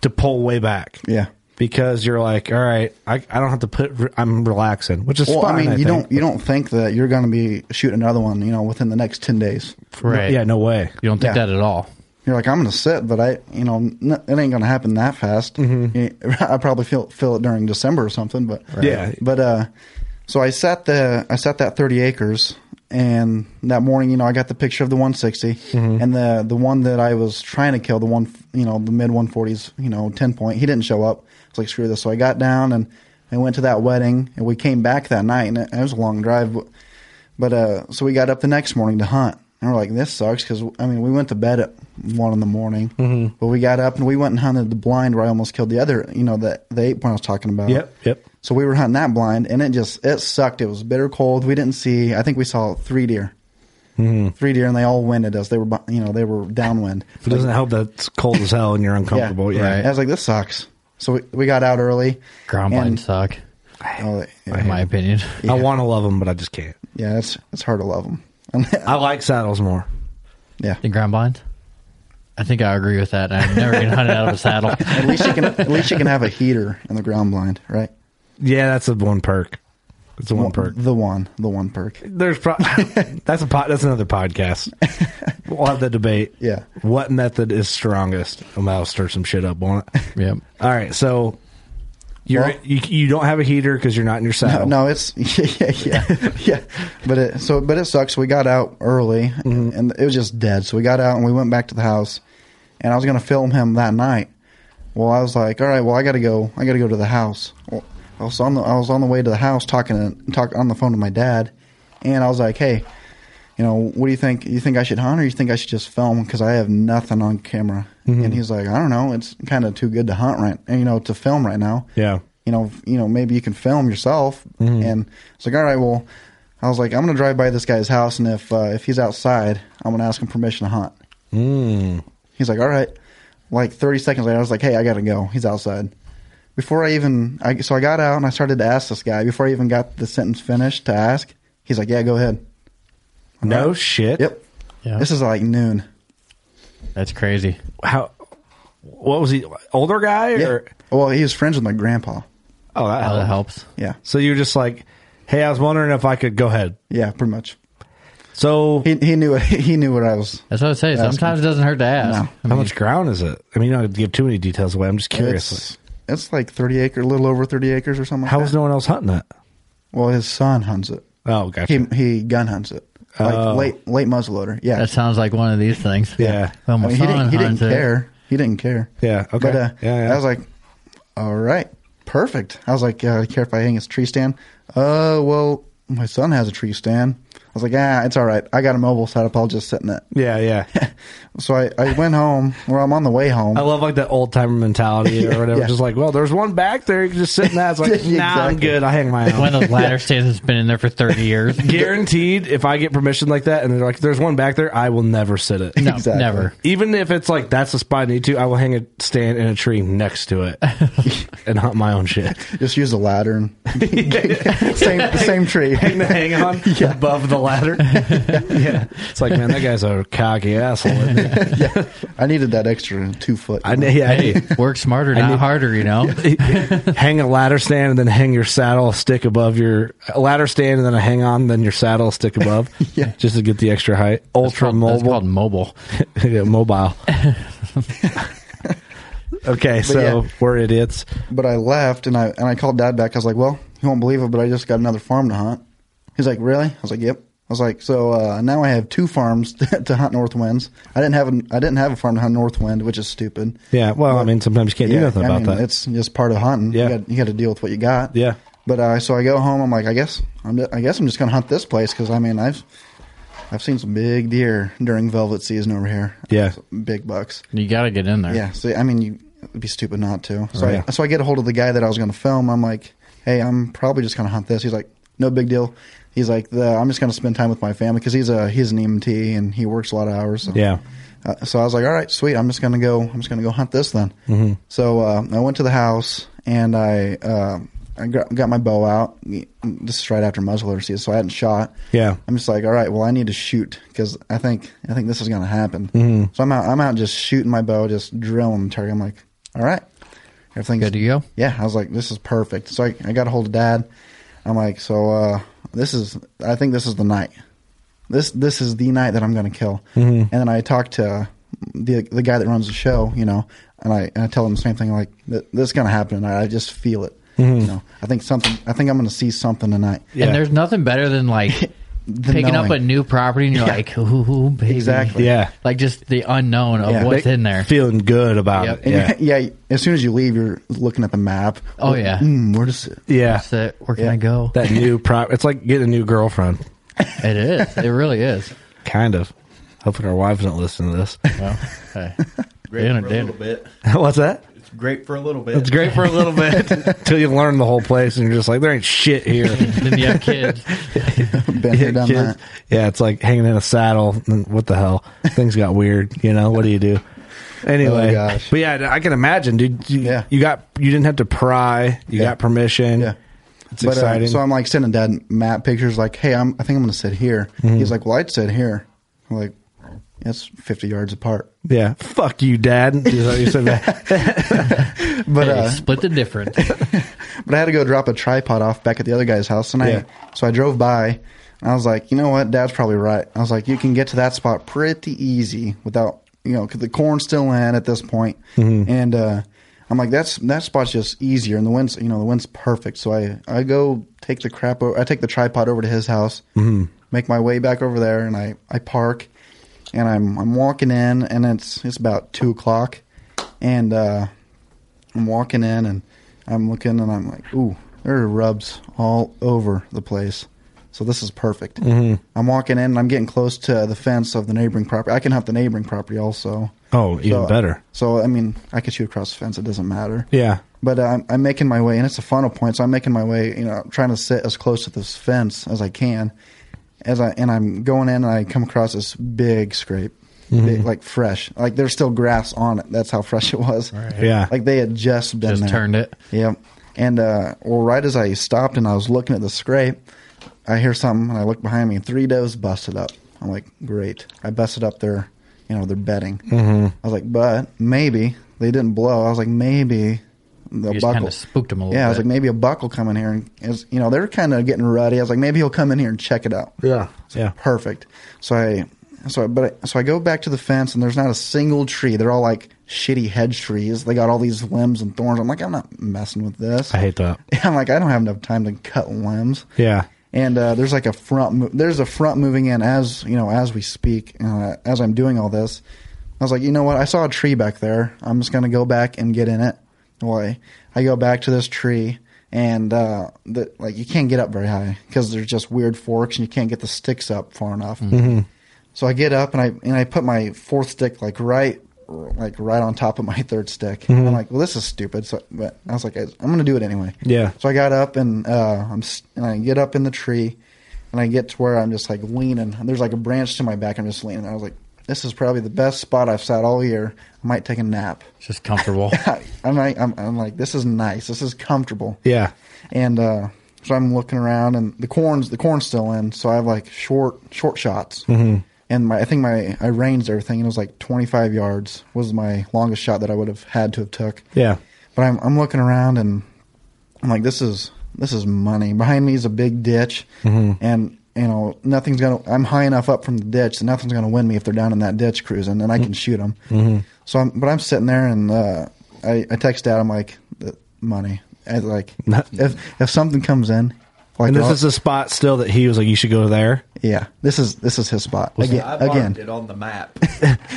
to pull way back.
Yeah.
because you're like, all right, I, I don't have to put. I'm relaxing, which is
Well,
fine.
I mean, you
think.
don't you don't think that you're going to be shooting another one, you know, within the next ten days.
right.
Yeah, no way.
You don't think
Yeah.
that at all.
You're like, I'm going to sit, but I, you know, n- it ain't going to happen that fast. *laughs* I probably feel feel it during December or something, but
Mm-hmm. Yeah.
But uh, so I sat the I sat that 30 acres, and that morning, you know, I got the picture of the 160 and the the one that I was trying to kill, the one, you know, the mid 140s, you know, 10 point. He didn't show up. I was like, screw this. So I got down and I went to that wedding, and we came back that night, and it, it was a long drive. But uh, so we got up the next morning to hunt, and we're like, "This sucks," because I mean, we went to bed at one in the morning, mm-hmm. but we got up and we went and hunted the blind where I almost killed the other, you know, the the eight point I was talking about.
Yep, yep.
So we were hunting that blind, and it just it sucked. It was bitter cold. We didn't see. I think we saw three deer,
Hmm.
three deer, and they all winded us. They were, bu- you know, they were downwind.
It doesn't help that it's cold as hell and you're uncomfortable. Yeah,
I was like, "This sucks." So we, we got out early.
Ground
and-
blind suck,
Oh,
in
yeah,
my
*laughs*
opinion.
I want to love them, but I just can't.
yeah, it's it's hard to love them.
I like saddles more.
yeah,
The ground blind. I think I agree with that. I've never been hunted out of a
*laughs*
saddle.
*laughs* at least you can at least you can have a heater in the ground blind, right?
Yeah, that's the one perk. It's the one perk.
The one, the one perk.
There's
*laughs*
pro- that's a po- that's another podcast. We'll have the debate.
Yeah.
what method is strongest? I'm gonna stir some shit up on it.
Yep.
All right, so you're
Well-
you, you don't have a heater because you're not in your
No,
saddle.
no, it's *laughs* yeah, yeah, yeah. But it so but it sucks. We got out early, and it was just dead. So we got out and we went back to the house, and I was gonna film him that night. Well, I was like, all right, well, I gotta go. I gotta go to the house. Well, I was on the I was on the way to the house talking to, talk on the phone to my dad, and I was like, hey. You know, what do you think? You think I should hunt, or you think I should just film? Because I have nothing on camera. And he's like, I don't know. It's kind of too good to hunt right, you know, to film right now
Yeah.
you know, you know, maybe you can film yourself. And it's like, all right, well, I was like, I'm gonna drive by this guy's house, and if uh, if he's outside, I'm gonna ask him permission to hunt.
Mm.
He's like, all right. Like 30 seconds later, I was like, hey, I gotta go. He's outside. Before I even, I, so I got out and I started to ask this guy. Before I even got the sentence finished to ask, he's like, yeah, go ahead.
No shit.
Yep.
Yeah.
This is like noon.
That's crazy.
How? What was he? Older guy
Yeah.
or?
Well, he was friends with my grandpa.
Oh, that
How
helped.
that helps.
Yeah.
So you're just like, hey, I was wondering if I could go ahead.
Yeah, pretty much.
So
He, he knew *laughs* he knew what I was.
That's what I say.
That's-
Sometimes it doesn't hurt to ask.
No.
how
I mean,
much ground is it? I mean, you don't have to give too many details away. I'm just curious.
It's, it's like 30 acre, a little over 30 acres or something. Like
How
that.
was no one else hunting it?
Well, his son hunts it.
Oh, gotcha.
He he gun hunts it. Like
Oh.
late late muzzleloader. Yeah.
that sounds like one of these things.
yeah.
Well,
I
my
mean, he
son
didn't, he didn't
hunts it.
care. He didn't care.
Yeah, okay.
But uh,
Yeah, yeah.
I was like, all right, perfect. I was like, uh, care if I hang his tree stand? Uh, well, my son has a tree stand. I was like, ah, it's all right. I got a mobile setup. I'll just sit in it.
Yeah, yeah.
So I, I went home. Well, I'm on the way home.
I love like that old timer mentality *laughs* or whatever.
yeah.
Just like, well, there's one back there. You can just sit in that. It's like, *laughs* nah, I'm
Exactly.
good. I hang *laughs* my own.
*laughs*
One of those ladder stands that's been in there for 30 years.
Guaranteed, if I get permission like that, and they're like, "There's one back there," I will never sit it. *laughs*
No,
*laughs* Exactly.
never.
Even if it's like that's the spot I need to, I will hang a stand in a tree next to it *laughs* and hunt my own shit.
Just use a ladder and *laughs* same same tree.
*laughs* Hang the hang *laughs* on above the ladder. *laughs* yeah, it's like man, that guy's a cocky asshole. *laughs* isn't he?
I needed that extra two foot.
I kn- yeah,
Hey, work smarter, not harder, you
*laughs*
know?
*laughs*
hang a ladder stand and then hang your saddle stick above your a ladder stand and then a hang on, then your saddle stick above.
Yeah.
just to get the extra height. Ultra
That's
mobile,
called mobile.
*laughs*
yeah,
*laughs*
mobile. okay, so
yeah.
we're idiots.
But I left and I and I called dad back. I was like, "Well, he won't believe it, but I just got another farm to hunt." He's like, "Really?" I was like, "Yep." I was like, so uh, now I have two farms *laughs* to hunt north winds. I didn't have an, I didn't have a farm to hunt north wind, which is stupid.
Yeah. Well, I mean, sometimes you can't do nothing
I
about
mean,
that.
It's just part of hunting.
Yeah.
You got, you got to deal with what you got.
Yeah.
But uh, so I go home. I'm like, I guess I'm I guess I'm just gonna hunt this place because I mean I've I've seen some big deer during velvet season over here.
Yeah.
Big bucks.
You got to get in there.
Yeah. So I mean, you, it'd be stupid not to. So
Yeah.
I, so I get a hold of the guy that I was going to film. I'm like, hey, I'm probably just going to hunt this. He's like, no big deal. He's like, the, I'm just going to spend time with my family because he's a he's an EMT and he works a lot of hours. So.
Yeah.
Uh, so I was like, all right, sweet. I'm just going to go. I'm just going to go hunt this then.
Mhm.
So uh, I went to the house and I uh, I got, got my bow out. This is right after muzzleloader season, so I hadn't shot.
Yeah.
I'm just like, all right, well, I need to shoot because I think I think this is going to happen.
Mhm.
Mm-hmm.
So I'm out. I'm out just shooting my bow, just drilling the target. I'm like, all right, everything's
Good to go?
Yeah, I was like, this is perfect. So I, I got a hold of dad. I'm like, so uh, this is I think this is the night. This this is the night that I'm going to kill.
Mm-hmm.
Mhm.
And then I talked to the the guy that runs the show, you know, and I and I tell him the same thing. Like, "Th- this is going to happen tonight. I just feel it.
Mhm.
You know, I think something. I think I'm going to see something tonight.
And there's nothing better than
*laughs*
like
The
picking up a
knowing.
new property and you're
Yeah.
like, ooh, baby.
Exactly.
Yeah.
Like just the unknown of what's in there.
Feeling good about
Yep.
it.
And
Yeah.
you- yeah. As soon as you leave, you're looking at the map.
Oh, yeah.
Mm,
*laughs*
where does it?
Yeah.
Where can I go?
That new prop. It's like getting a new girlfriend.
*laughs* It is. It really is.
Kind of. Hopefully our wives don't listen to
*laughs*
this. *laughs*
Well, hey.
Great
Dinner,
for a
dinner.
little bit.
What's that?
It's great for a little bit.
It's great for a little bit until you learn the whole place and you're just like, there ain't shit here.
*laughs* then you have kids.
Been here, done
Kids.
that.
Yeah, it's like hanging in a saddle. and What the hell? Things got weird. You know, what do you do? Anyway,
Oh, gosh.
but yeah, I can imagine, dude. You,
Yeah.
you got you didn't have to pry. You
Yeah.
got permission.
Yeah.
It's exciting.
Uh, so I'm like sending dad map pictures. Like, hey, I'm. I think I'm going to sit here.
Mm-hmm.
He's like, well, I'd sit here. I'm like, that's 50 yards apart.
yeah, fuck you, dad. Is that what you said?
*laughs* *laughs* But
Hey,
uh,
split the
*laughs*
difference.
but I had to go drop a tripod off back at the other guy's house, and I
Yeah.
so I drove by. And I was like, you know what, Dad's probably right. I was like, you can get to that spot pretty easy without you know, 'cause the corn's still in at this point, and uh, I'm like, that's that spot's just easier, and the wind's you know the wind's perfect. So I I go take the crap over, I take the tripod over to his house, make my way back over there, and I I park, and I'm I'm walking in, and it's it's about two o'clock, and uh, I'm walking in and I'm looking and I'm like, ooh, there are rubs all over the place. So this is perfect.
Mm-hmm.
I'm walking in and I'm getting close to the fence of the neighboring property. I can hunt the neighboring property also.
oh, even
So-
better.
So I mean, I could shoot across the fence. It doesn't matter.
Yeah.
But uh, I'm, I'm making my way, and it's a funnel point, so I'm making my way. You know, trying to sit as close to this fence as I can. As I and I'm going in, and I come across this big scrape, big, like fresh. Like there's still grass on it. That's how fresh it was.
Yeah.
Like they had just been
Just
there.
turned it.
Yep. And uh, well, right as I stopped and I was looking at the scrape, I hear something and I look behind me. and Three does busted up. I'm like, great. I busted up their, you know, their bedding.
Mm-hmm.
Mhm.
I was like, but maybe they didn't blow. I was like, maybe the
You just kind
buckle.
of spooked them a little
Yeah, I was
bit.
like, maybe a buck will come in here and is you know they're kind of getting ruddy. I was like, maybe he'll come in here and check it out.
Yeah. Yeah.
Perfect. So I, so I, but I, so I go back to the fence and there's not a single tree. They're all like shitty hedge trees. They got all these limbs and thorns. I'm like, I'm not messing with this.
I hate that.
*laughs* I'm like, I don't have enough time to cut limbs.
Yeah.
And uh, there's like a front. Mo- there's a front moving in as you know as we speak. Uh, as I'm doing all this, I was like, you know what? I saw a tree back there. I'm just gonna go back and get in it. Well, I, I go back to this tree, and uh, the, like you can't get up very high because there's just weird forks, and you can't get the sticks up far enough. So I get up and I and I put my fourth stick like right like right on top of my *laughs* third stick.
Mm-hmm.
I'm like, well, this is stupid. So, but I was like, I'm gonna do it anyway.
Yeah.
So I got up and uh, I'm s- and I get up in the tree, and I get to where I'm just like leaning. There's like a branch to my back. I'm just leaning. I was like, this is probably the best spot I've sat all year. I might take a nap. *laughs*
It's just comfortable.
I'm like, I'm, I'm like, this is nice. This is comfortable.
*laughs* Yeah.
And uh, so I'm looking around, and the corn's the corn's still in. So I have like short short shots, and my I think my I ranged everything, and it was like 25 yards was my longest shot that I would have had to have took.
Yeah.
But I'm I'm looking around, and I'm like, this is this is money. Behind me is a big ditch,
Mm-hmm.
and you know nothing's gonna. I'm high enough up from the ditch that nothing's gonna win me if they're down in that ditch cruising, and I
Mm-hmm.
can shoot them. So, I'm, but I'm sitting there and uh,
*laughs*
I, I text Dad. I'm like, "The money. I, like, if if something comes in, Like
and this
all-
is a spot still that he was like, you should go there.
Yeah, this is this is his spot
Was-
again.
I marked
again,
it on the map.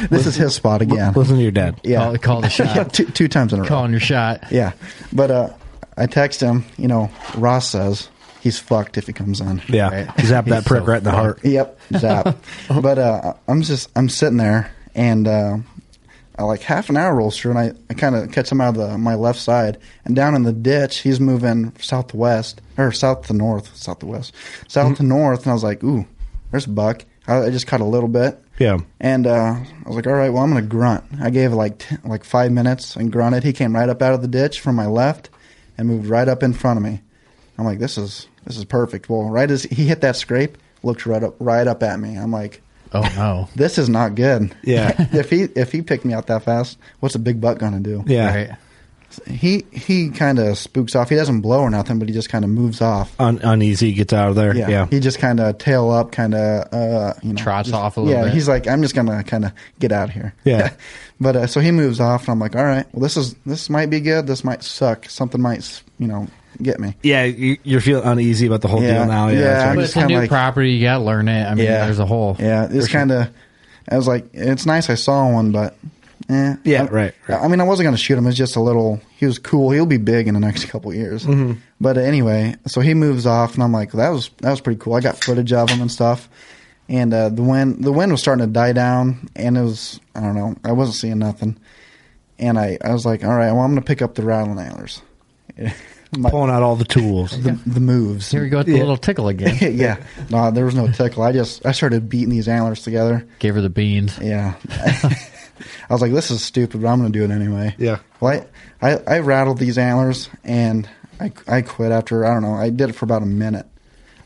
this is his spot again.
Listen to your dad.
Yeah,
Call- call the shot.
*laughs* Yeah, two, two times in a row.
Calling your shot.
Yeah, but uh, I text him. You know, Ross says he's fucked if he comes on.
Yeah. Zap that prick right in the heart.
Yep, zap. but uh, I'm just I'm sitting there, and uh, I, like half an hour rolls through, and I, I kind of catch him out of the, my left side, and down in the ditch, he's moving southwest or south to north, south to west, south to north, and I was like, ooh, there's a buck. I, I just caught a little bit.
Yeah.
And uh, I was like, all right, well, I'm going to grunt. I gave it like t- like five minutes and grunted. He came right up out of the ditch from my left and moved right up in front of me. I'm like, this is this is perfect. Well, right as he hit that scrape, looked right up right up at me. I'm like,
Oh no.
this is not good.
Yeah.
*laughs* if he if he picked me out that fast, what's a big buck going to do?
Yeah.
Right.
He he kind of spooks off. He doesn't blow or nothing, but he just kind of moves off.
Un- uneasy gets out of there. Yeah.
He just kind of tail up, kind of, uh, you know,
Trots
just-
off a little
yeah,
bit.
he's like, I'm just gonna kind of get out of here.
Yeah.
*laughs* but uh, so he moves off, and I'm like, all right, well, this is this might be good. This might suck. Something might, you know, get me.
Yeah, you- you're feeling uneasy about the whole
Yeah.
deal now. Yeah,
Yeah,
that's
But
I'm
right.
just
it's a
kinda
new
like-
property. You got to learn it. I mean,
Yeah.
there's a whole.
Yeah, it's kind of. I was like, it's nice. I saw one, but. Eh.
Yeah,
I-
right, right.
I mean, I wasn't going to shoot him. It's just a little. He was cool. He'll be big in the next *laughs* couple years.
Mm-hmm.
But anyway, so he moves off, and I'm like, that was that was pretty cool. I got footage of him and stuff. And uh, the wind the wind was starting to die down, and it was I don't know. I wasn't seeing nothing, and I I was like, all right, well, I'm going to pick up the rattle antlers. *laughs* My-
pulling out all the tools.
the, the moves.
Here we go with the little tickle again.
*laughs* yeah, no, there was no tickle. I just I started beating these antlers together.
Gave her the beans.
Yeah. *laughs* I was like, this is stupid, but I'm going to do it anyway.
Yeah.
Well, I, I, I rattled these antlers and I, I quit after, I don't know, I did it for about a minute.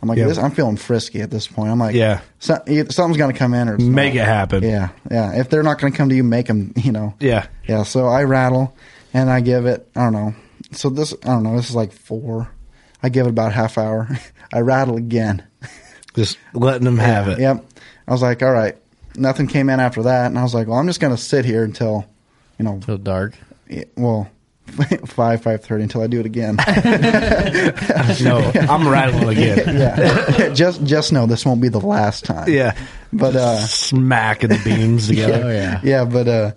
I'm like,
Yeah.
this, I'm feeling frisky at this point. I'm like,
Yeah.
so, either something's going to come in or it's
Make
not.
it happen.
Yeah. Yeah. If they're not going to come to you, make them, you know.
Yeah.
Yeah. So I rattle and I give it, I don't know. So this, I don't know, this is like four. I give it about half hour. *laughs* I rattle again.
Just letting them have it.
Yep. I was like, all right. Nothing came in after that, and I was like, well, I'm just going to sit here until, you know,
So dark.
eh, well, *laughs* five five thirty until I do it again.
*laughs*
*laughs*
No, I'm rattling again.
yeah. *laughs* just just know this won't be the last time.
Yeah.
But uh,
Smacking the beams together.
Oh yeah.
*laughs* yeah, but uh,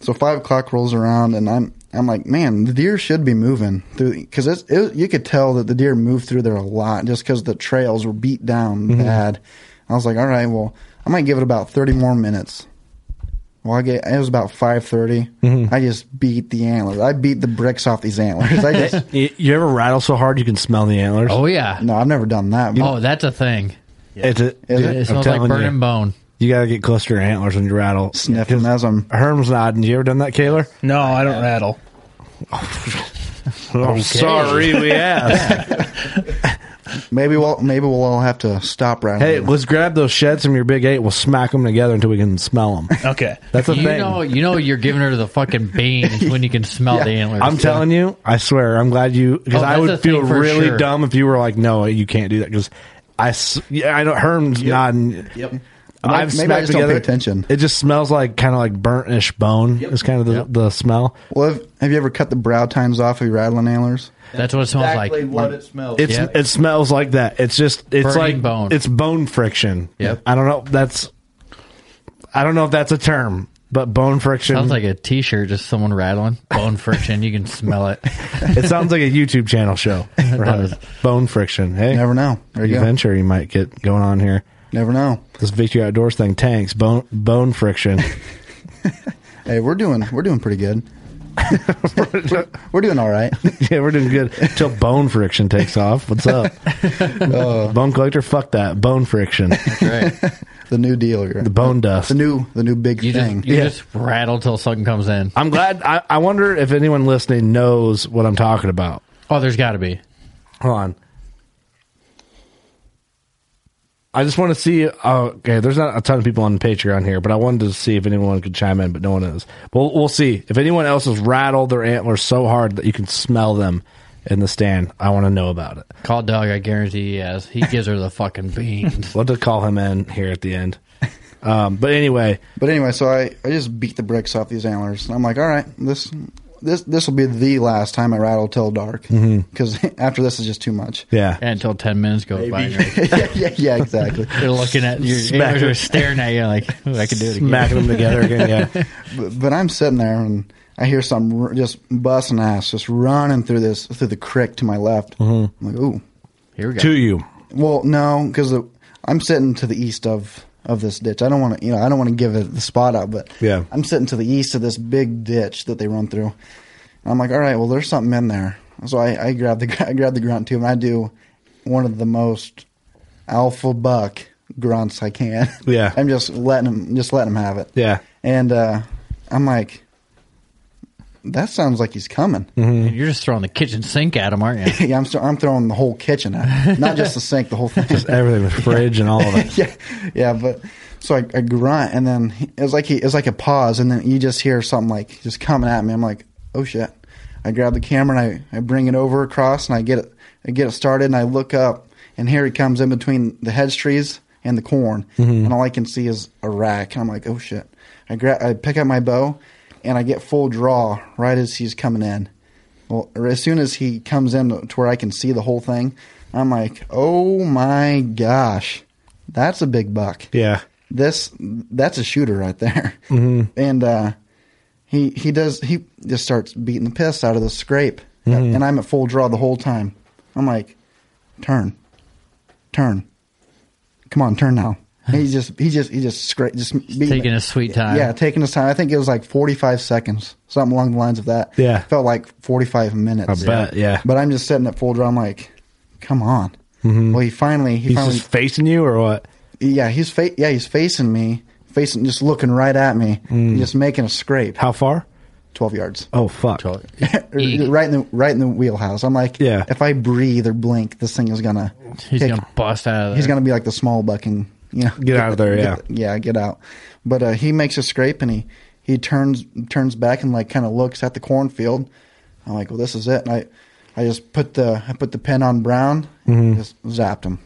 so five o'clock rolls around, and I'm I'm like, man, the deer should be moving through because it's it, you could tell that the deer moved through there a lot just because the trails were beat down
Mm-hmm.
bad. I was like, all right, well, I might give it about thirty more minutes. Well, I get, it was about five
Mm-hmm.
I just beat the antlers. I beat the bricks off these antlers. I
*laughs*
just
You, you ever rattle so hard you can smell the antlers?
Oh yeah.
no, I've never done that.
Oh, that's a thing.
It's a,
Is
dude,
it?
It
I'm
smells like
telling
burning
you,
bone.
you got to get close to your antlers when you rattle.
sniff them as I'm.
Herm's nodding. You ever done that, Kaylor?
No, I don't rattle.
Oh, sorry, we
*laughs*
asked.
Maybe we'll maybe we'll all have to stop right.
hey, let's grab those sheds from your big eight. We'll smack them together until we can smell them.
Okay.
That's the
you
thing.
know, you know, you're giving her the fucking beans when you can smell the antlers.
I'm telling you, I swear, I'm glad you because
Oh,
I
that's a
would
thing
feel
for
really
sure.
dumb if you were like, no, you can't do that because I, s- yeah, I know Herm's nodding.
Yep.
I've
Maybe I
smacked
just don't pay attention.
It just smells like kind of like burnt-ish bone. It's kind of the, the smell.
Well, have, have you ever cut the brow tines off of your rattling antlers?
That's what it smells
exactly
like.
what it
Oh,
smells.
It's
Yep.
it smells like that. It's just it's
Burning
like
bone.
It's bone friction.
Yep.
I don't know. if That's I don't know if that's a term, but bone friction.
Sounds like a T-shirt, just someone rattling bone friction. You can smell it.
it sounds like a YouTube channel
*laughs*
show.
does.
bone friction. Hey,
Never know. There you go.
adventure you might get going on here.
Never know.
This Victory Outdoors thing tanks bone bone friction. *laughs*
Hey, we're doing we're doing pretty good. *laughs* we're, we're doing all right.
yeah, we're doing good till bone friction takes off. What's up, bone collector? Fuck that bone friction.
Right.
The new deal, you're-
The bone dust.
the new the new big
You
thing.
just you
Yeah.
just rattle till something comes in.
I'm glad. I, I wonder if anyone listening knows what I'm talking about.
Oh, there's got to be.
Hold on. I just want to see. Uh, okay, there's not a ton of people on Patreon here, but I wanted to see if anyone could chime in, but no one is. Well, we'll see if anyone else has rattled their antlers so hard that you can smell them in the stand. I want to know about it.
Call Doug. I guarantee he has. He gives her the fucking
*laughs*
beans.
We'll have to call him in here at the end. Um, but anyway,
but anyway, so I, I just beat the bricks off these antlers, and I'm like, all right, this this this will be the last time I rattle till dark
Mhm.
because *laughs* after this is just too much. *laughs*
Yeah.
And until 10 minutes goes by. and you're-
yeah, yeah, yeah, exactly.
They're looking at you.
Smack
They're
it.
staring at you like, "Ooh, I can do it again.
*laughs*
yeah. but, but I'm sitting there and I hear some r- just busting ass, just running through this through the creek to my left. I'm like, ooh,
here we
To you.
Well, no, because I'm sitting to the east of of this ditch. I don't want to, you know, I don't want to give it the spot up, but
Yeah.
I'm sitting to the east of this big ditch that they run through. And I'm like, all right, well, there's something in there. So I, I grab the *laughs* I grab the grunt tube and I do one of the most alpha buck grunts I can. *laughs*
Yeah.
I'm just letting him just letting him have it.
Yeah.
And uh, I'm like, that sounds like he's coming.
Mm.
And You're just throwing the kitchen sink at
*laughs*
them, aren't you?
*laughs* yeah, I'm st- I'm throwing the whole kitchen at him, not just the sink, the
*laughs*
whole thing.
Everything, the fridge and all of it.
*laughs* yeah, yeah. But so I, I grunt, and then he- it's like he, it's like a pause, and then you just hear something like just coming at me. I'm like, oh shit! I grab the camera and I, I bring it over across, and I get it, I get it started, and I look up, and here he comes in between the hedge trees and the corn,
Mhm.
and all I can see is a rack, and I'm like, oh shit! I grab, I pick up my bow, and I get full draw right as he's coming in. Well, or as soon as he comes in to where I can see the whole thing, I'm like, oh my gosh, that's a big buck.
Yeah.
This that's a shooter right there.
Mm-hmm.
And uh, he he does he just starts beating the piss out of the scrape,
Mhm.
and I'm at full draw the whole time. I'm like, turn, turn, come on, turn now. And he just he just he just scrape just beating
Taking
it.
his sweet time.
Yeah, taking his time. I think it was like 45 seconds, something along the lines of that.
Yeah.
Felt like 45 minutes.
I bet, yeah.
But I'm just sitting at full draw. I'm like, come on.
Mhm.
Well, he finally, he
He's
finally,
just facing you or what?
yeah, he's fa- yeah, he's facing me, facing, just looking right at me,
Mm.
just making a scrape.
How far? *laughs*
12 yards.
Oh, fuck.
*laughs* right in the right in the wheelhouse. I'm like,
Yeah.
if I breathe or blink, this thing is gonna
He's
kick-
going to bust out of there.
he's gonna be like the small bucking, you know.
Get out of there, yeah.
Get, *laughs* yeah, get out. But uh, he makes a scrape and he he turns turns back and like kind of looks at the cornfield. I'm like, well, this is it. And I I just put the I put the pin on Brown,
Mhm.
and just zapped him.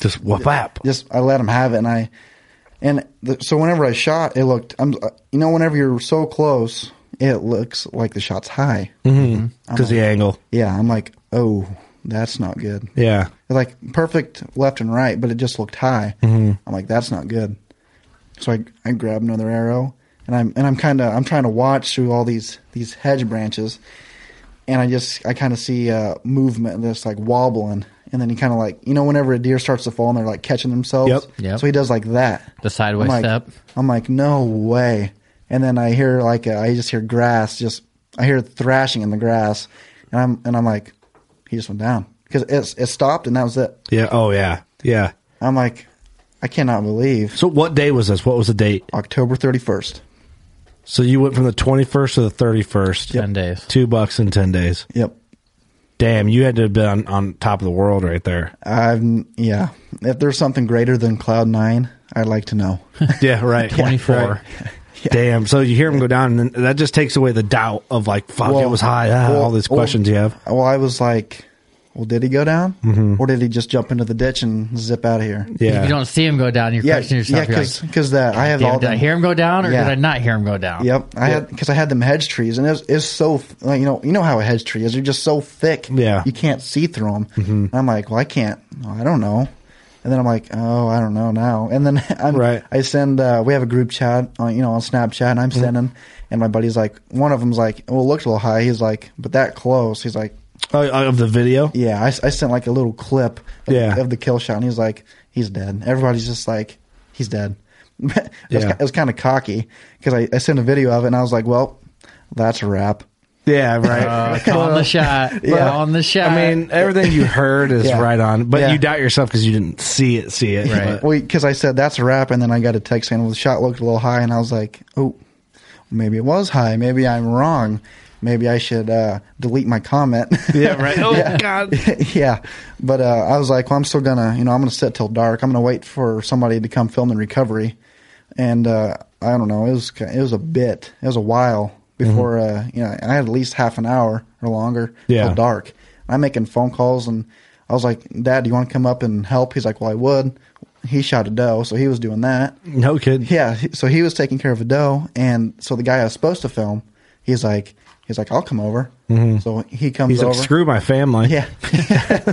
Just whap up.
Just I let him have it, and I and the, so whenever I shot, it looked. I'm uh, you know whenever you're so close, it looks like the shot's high.
Mm-hmm.
I'm
Because the
like-
angle.
Yeah, I'm like, oh, that's not good.
Yeah.
Like perfect left and right, but it just looked high.
Mhm.
I'm like, that's not good. So I I grab another arrow and I'm and I'm kind of I'm trying to watch through all these these hedge branches, and I just I kind of see uh, movement that's like wobbling, and then he kind of like you know whenever a deer starts to fall and they're like catching themselves.
Yep. Yep.
So he does like that.
The sideways
I'm like,
step.
I'm like, no way. And then I hear like uh, I just hear grass, just I hear thrashing in the grass, and I'm and I'm like, he just went down because it it stopped and that was it.
Yeah. Oh, yeah. Yeah.
I'm like, I cannot believe
So what day was this? What was the date?
October 31st.
So you went from the 21st to the 31st.
10 days.
Two bucks in 10 days.
Yep.
Damn, you had to have been on, on top of the world right there.
I've yeah. If there's something greater than cloud nine, I'd like
*laughs*
to know.
Yeah, right.
24.
Right. Damn. So you hear him go down, and then that just takes away the doubt of like, fuck, it
Well,
was high. Ah,
well,
all these
well-
questions you have.
well, I was like, well, did he go down,
Mhm.
or did he just jump into the ditch and zip out of here?
If
Yeah.
you don't see him go down, you're
Yeah,
questioning yourself.
yeah,
You're like,
because that I have
"Damn,
all.
did I
them-
hear him go down or
Yeah.
did I not hear him go down?
Yep, I had because I had them hedge trees, and it's it's so like, you know you know how a hedge tree is. They're just so thick,
Yeah.
you can't see through them.
Mm-hmm.
I'm like, well, I can't. Oh, I don't know. And then I'm like, oh, I don't know now. And then *laughs* I'm
Right.
I send. Uh, we have a group chat, on, you know, on Snapchat, and
Mm-hmm.
I'm sending. And my buddy's like, one of them's like, well, it looked a little high. He's like, but that close. He's like,
Oh, oh, of the video?
yeah. I, I sent like a little clip of,
Yeah.
of the kill shot, and he's like, he's dead. Everybody's just like, he's dead. *laughs* it, was,
Yeah.
it was kind of cocky because I, I sent a video of it, and I was like, well, that's a wrap.
Yeah, right.
Uh, call the shot. *laughs*
Yeah.
Call the shot.
Uh, I mean, everything you heard is
Yeah.
right on, but
Yeah.
you doubt yourself because you didn't see it, see it.
Right.
But-
Well, because I said that's a wrap, and then I got a text saying well, the shot looked a little high, and I was like, oh, maybe it was high. Maybe I'm wrong. Maybe I should uh, delete my comment. *laughs*
yeah, right. Oh, God.
yeah, but uh, I was like, well, I'm still gonna, you know, I'm gonna sit till dark. I'm gonna wait for somebody to come film the recovery, and uh, I don't know. It was ki- it was a bit, it was a while before, uh, you know, I had at least half an hour or longer
Mm-hmm. Yeah.
till dark. I'm making phone calls, and I was like, Dad, do you want to come up and help? He's like, Well, I would. He shot a doe, so he was doing that.
No kid.
Yeah, he- so he was taking care of a doe, and so the guy I was supposed to film, he He's like, he's like, I'll come over. So he
Mm-hmm.
comes
He's
over.
like, screw my family.
Yeah.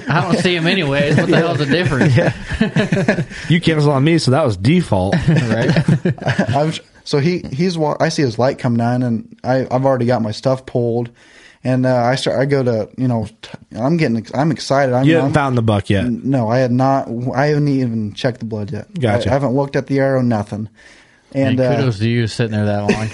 I don't see him anyways. What the hell's the difference?
You canceled on me, so that was default.
*laughs* I'm, so he he's wa- I see his light come on, and I I've already got my stuff pulled, and uh, I start I go to you know t- I'm getting ex- I'm excited. I'm,
You
I'm-
haven't found the buck yet.
No, I had not. I haven't even checked the blood yet.
Gotcha.
I, haven't looked at the arrow. Nothing.
And
And uh,
kudos to you sitting there that long.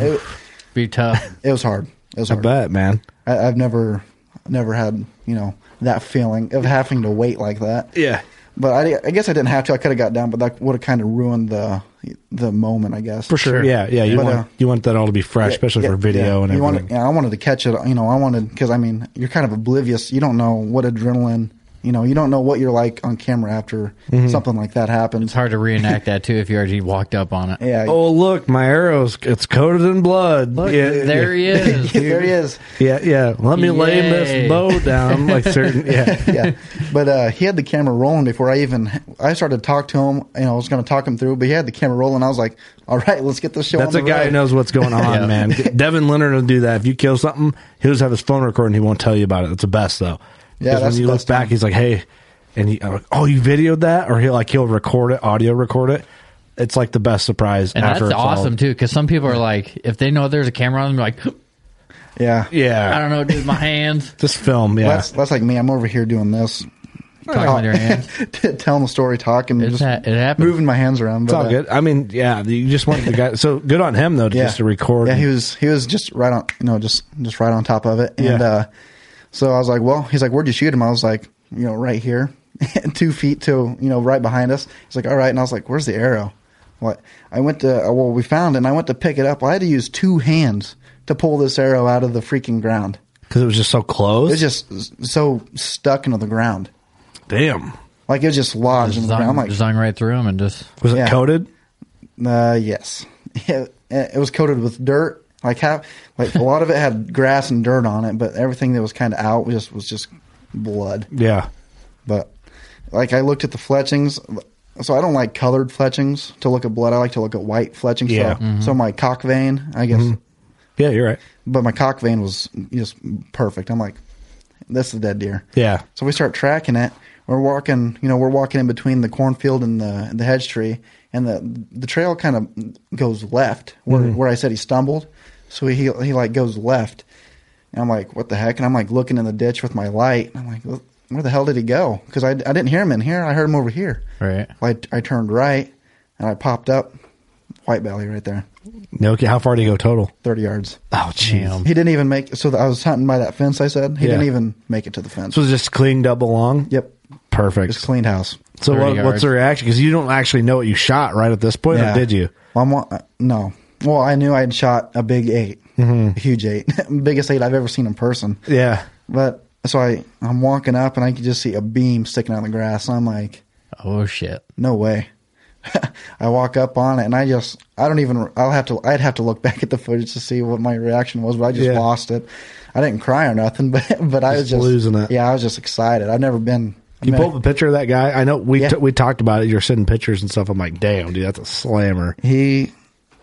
it,
*laughs* Be tough.
it was hard. It was
I
hard.
bet, man.
I, I've never never had you know that feeling of having to wait like that.
Yeah.
But I, I guess I didn't have to. I could have got down, but that would have kind of ruined the the moment. I guess
For sure. Yeah, yeah. You
But,
want
uh,
you want that all to be fresh,
Yeah,
especially
yeah,
for video
yeah.
and everything.
You wanted- yeah, I wanted to catch it. You know, I wanted because I mean, you're kind of oblivious. You don't know what adrenaline. You know, you don't know what you're like on camera after
Mm-hmm.
something like that happens.
It's hard to reenact that too if you already walked up on it.
Yeah,
oh look, my arrows it's coated in blood.
Look,
yeah,
there he is.
*laughs* there he is.
yeah, yeah. Let me lay
Yay.
this bow down
*laughs*
like certain yeah.
yeah, but uh, he had the camera rolling before I even. I started to talk to him. You know, I was going to talk him through, but he had the camera rolling. I was like, "All right, let's get this show."
That's
on
a
the
guy
road."
who knows what's going on, man. Devin Leonard will do that. If you kill something, he'll just have his phone recording. He won't tell you about it. That's the best though.
Yeah,
Because
that's
when you
the
look
best time.
back, he's like, "Hey," and he, I'm like, "Oh, you videoed that?" Or he'll like he'll record it, audio record it. It's like the best surprise.
And
after
that's
it's all-
awesome too, because some people are like, if they know there's a camera on them, they're like,
*laughs* Yeah,
Yeah,
I don't know, dude, my hands.
Just film, yeah.
That's that's like me. I'm over here doing this,
Talking with your hands.
*laughs* telling the story, talking,
It's
just
ha- it happened.
moving my hands around.
it's
but,
all
uh,
good. I mean, yeah, you just want the guy. So good on him though, to just to record.
Yeah, he
and-
was he was just right on you know just just right on top of it. And
Yeah.
uh, so I was like, well, he's like, where'd you shoot him? I was like, you know, right here, *laughs* two feet to you know right behind us. He's like, all right, and I was like, where's the arrow? What I went to uh, well, we found it, and I went to pick it up. I had to use two hands to pull this arrow out of the freaking ground.
because it was just so close.
It was just s- so stuck into the ground,
damn.
like it was just lodged in
Just
the ground.
zung,
I'm like,
zung right through them and just.
Was
Yeah.
it coated?
Uh, yes. *laughs* It, it was coated with dirt. Like half, like a lot of it had grass and dirt on it, but everything that was kind of out was just was just blood.
Yeah.
But like I looked at the fletchings, so I don't like colored fletchings to look at blood. I like to look at white fletchings.
Yeah. Mm-hmm.
So, so my cock vein, I guess,
Yeah, you're right.
but my cock vein was just perfect. I'm like, that's the dead deer.
Yeah.
So we start tracking it. We're walking, you know, we're walking in between the cornfield and the and the hedge tree, and the the trail kind of goes left where where I said he stumbled. So he he like goes left, and I'm like, what the heck? And I'm like looking in the ditch with my light. And I'm like, "Wh- where the hell did he go? Because I, I didn't hear him in here. I heard him over here.
Right.
Well, I I turned right, and I popped up, white belly right there,
No, okay, how far do you go total?
thirty yards.
Oh, jeez.
He didn't even make. So I was hunting by that fence. I said he
Yeah.
didn't even make it to the fence.
This was just clean double long.
yep,
Perfect.
just cleaned house.
so
30
what, what's
yards.
the reaction? Because you don't actually know what you shot right at this point,
Yeah.
or did you?
Well, I'm, wa- no. Well, I knew I had shot a big 8
Mm-hmm.
a huge eight, *laughs* biggest eight I've ever seen in person.
Yeah.
But so I, I'm walking up and I can just see a beam sticking out of the grass. I'm like,
Oh shit!
no way. *laughs* I walk up on it and I just, I don't even, I'll have to, I'd have to look *laughs* back at the footage to see what my reaction was, but I just
Yeah.
lost it. I didn't cry or nothing, *laughs* but, but I was just
losing it.
Yeah, I was just excited. I've never been.
You
I mean,
pulled up a picture of that guy. I know we
Yeah.
t- we talked about it. You're sending pictures and stuff. I'm like, damn, dude, that's a slammer.
he,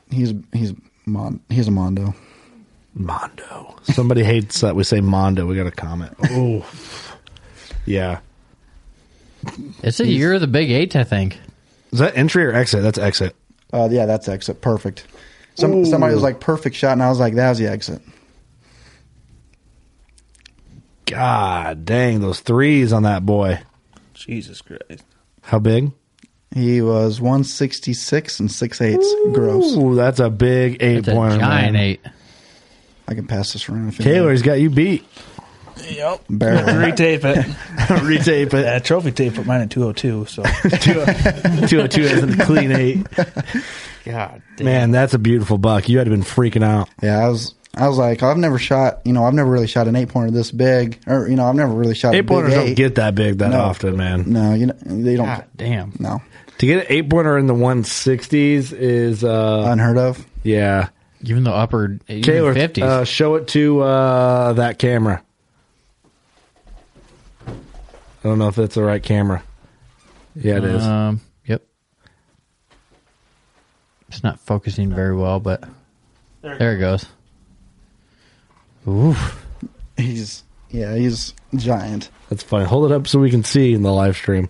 he's, he's, mon, he's a Mondo.
Mondo. Somebody hates that we say Mondo. We got a comment. Oh, yeah.
It's a year of the big eight, I think.
Is that entry or exit? That's exit.
Uh, yeah, that's exit. Perfect. Some, somebody was like, perfect shot. And I was like, that was the exit.
God dang, those threes on that boy.
Jesus Christ.
How big?
He was 166 and 6 eighths. Gross.
Ooh, that's a big eight
It's a
pointer.
giant
man.
eight.
I can pass this around if you
Taylor's got you
*laughs*
beat.
Yep.
*laughs*
Barely.
Retape it.
Retape it.
Yeah, trophy tape put mine at 202, so.
202 is oh
*laughs*
a clean eight.
God
Man, that's a beautiful buck. You had been freaking out.
Yeah, I was. I was like, I've never shot, you know, I've never really shot an eight pointer this big, or you know, I've never really shot a
Eight
big
pointers
eight.
don't get that big that
No.
often, man.
No, you know, they don't.
God damn.
No,
To get an eight pointer in the 160s is, uh,
unheard of.
yeah.
Even the upper even
Taylor,
50s.
uh, show it to uh, that camera. I don't know if that's the right camera. Yeah, it is.
Um, yep. It's not focusing very well, but there it goes.
Oof.
He's yeah, he's giant.
That's funny. Hold it up so we can see in the live stream.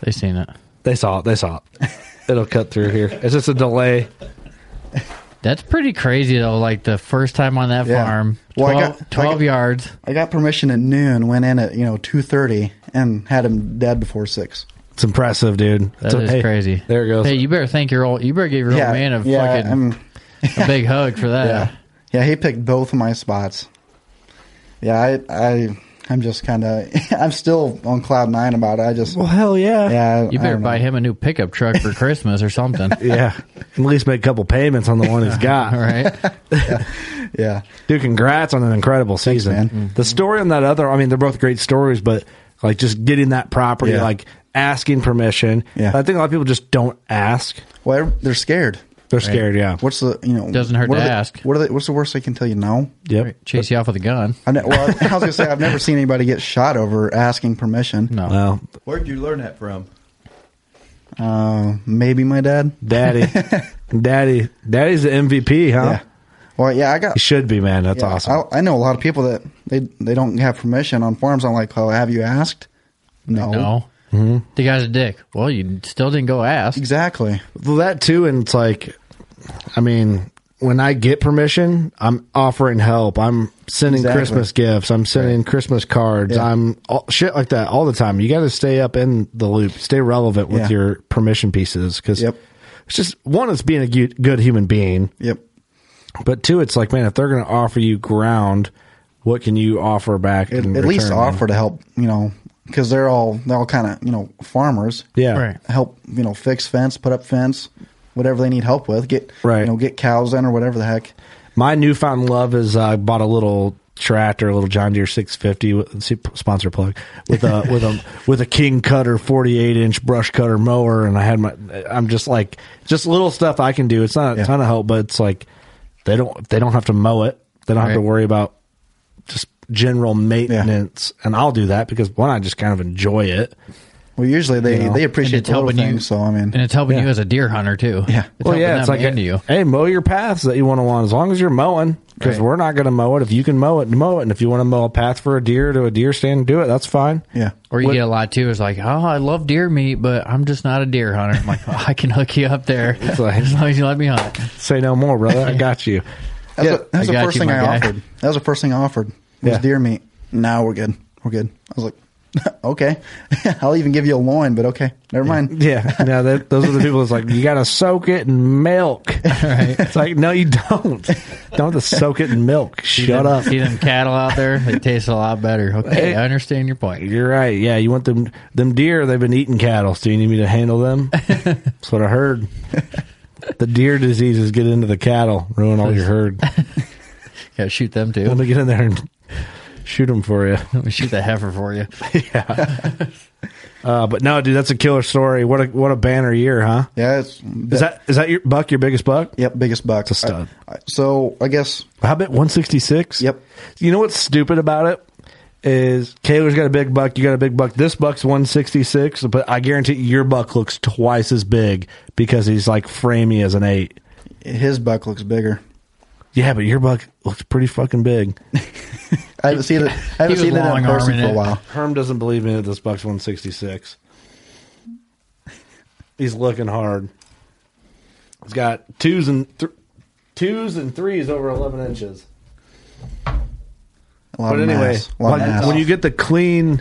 They seen it.
They saw it. They saw it. It'll cut through here. It's just a delay.
That's pretty crazy though. Like the first time on that
Yeah.
farm,
Well, I
12,
got- I
12
got-
yards.
I got permission at noon, went in at you know two thirty, and had him dead before six.
It's impressive, dude.
That is
So, hey,
crazy.
There it goes.
Hey, you better thank your old. You better give your
Yeah,
old man a
yeah,
fucking
I'm-
a big hug for that.
Yeah, yeah, he picked both of my spots. Yeah, I, I, I'm just kind of, *laughs* I'm still on cloud nine about it. I just,
well, hell yeah.
yeah, I-
You
I
better
don't know.
buy him a new pickup truck for Christmas or
*laughs*
something.
yeah. At least make a couple payments on the one he's got.
*laughs* All right.
Yeah,
Dude, congrats on an incredible season.
Mm-hmm.
The story on that other, I mean, they're both great stories, but like just getting that property,
Yeah.
like asking permission.
Yeah.
I think a lot of people just don't ask.
well, they're scared.
They're scared, yeah.
What's the, you know,
Doesn't hurt
what
to
are they-
ask.
What are they, what's the worst they can tell you? No.
Yep.
Chase you off with a gun.
I ne- well, I was gonna say I've never seen anybody get shot over asking permission.
No.
Well,
Where'd you learn that from?
Uh, maybe my dad.
daddy, daddy, daddy's the MVP, huh?
Yeah. Well, yeah, I got.
He should be, man. That's
yeah,
awesome.
I, I know a lot of people that they they don't have permission on farms. I'm like, oh, have you asked? No.
No. The guy's a dick. Well, you still didn't go ask.
Mm-hmm. Exactly.
Well, that too, and it's like, I mean, when I get permission, I'm offering help. I'm sending
Exactly.
Christmas gifts. I'm sending Christmas cards.
Yeah.
I'm all, shit like that all the time. You got to stay up in the loop, stay relevant with
Yeah.
your permission pieces because
Yep.
it's just one, it's being a gu- good human being,
Yep.
but two, it's like, man, if they're going to offer you ground, what can you offer back?
At,
in
at least
return, man?
offer to help. You know, because they're all they're all kind of you know farmers.
Yeah.
Right.
Help you know fix fence, put up fence, whatever they need help with. Get
Right.
You know, get cows in or whatever the heck.
My newfound love is uh, I bought a little tractor, a little John Deere 650 with, see, sponsor plug with a with a with a King cutter 48 inch brush cutter mower, and I had my I'm just like just little stuff I can do. It's not a ton of help, but it's like they don't they don't have to mow it. They don't have to
Right.
worry about just general maintenance, and I'll do that because one I just kind of enjoy it.
Well, usually they
You know,
they
and
appreciate
it's
the little
helping you.
things. So I mean,
and it's helping
Yeah.
you as a deer hunter too.
Yeah.
It's helping them and you.
hey, mow your paths that you want to want as long as you're mowing because
Right.
we're not going to mow it. If you can mow it, mow it, and if you want to mow a path for a deer to a deer stand, do it. That's fine.
yeah.
Or you get a lot too. It's like, oh, I love deer meat, but I'm just not a deer hunter. I'm like, "Oh, I can hook you up there
like-
*laughs* as long as you let me hunt.
Say no more, brother. I got you.
That's,
Yeah,
the- that's
I
the
got
first
you,
thing
my
I
guy.
offered. That was the first thing I offered. Was
Yeah.
deer meat. Now we're good. We're good. I was like, *laughs* okay, I'll even give you a loin, but okay, never mind.
Yeah, no, that, those are the people that's like, you got to soak it in milk.
*laughs*
It's like, no, you don't. Don't have to soak it in
*laughs*
milk.
See
Shut
them-
up.
See them cattle out there? They taste a lot better. Okay,
Hey.
I understand your point.
You're right. Yeah, you want them them deer. They've been eating cattle. So you need me to handle
*laughs*
them? That's what I heard. The deer diseases get into the cattle, ruin all your herd.
Gotta shoot them
Let
too.
me get in there and shoot them for
*laughs*
you.
Let me shoot the heifer for you. *laughs*
Uh, but no, dude, that's a killer story. What a what a banner year, huh?
Yeah, it's
Is that is that your buck? Your biggest buck?
yep biggest
It's
buck.
a stud.
I- I- so I guess
How about one sixty six?
Yep.
You know what's stupid about it is Kayla's got a big buck. You got a big buck. This buck's one sixty six, but I guarantee your buck looks twice as big because he's like framey as an eight.
his buck looks bigger.
Yeah, but your buck looks pretty fucking big.
I
*laughs*
haven't seen it. I haven't
was
seen it in
long-arming
person for a
it.
while.
Herm doesn't believe me that this buck's one sixty six. He's looking hard. He's got twos and th- twos and threes over eleven inches.
A lot
but
of
anyway,
mass. A lot of
like,
mass.
when you get the clean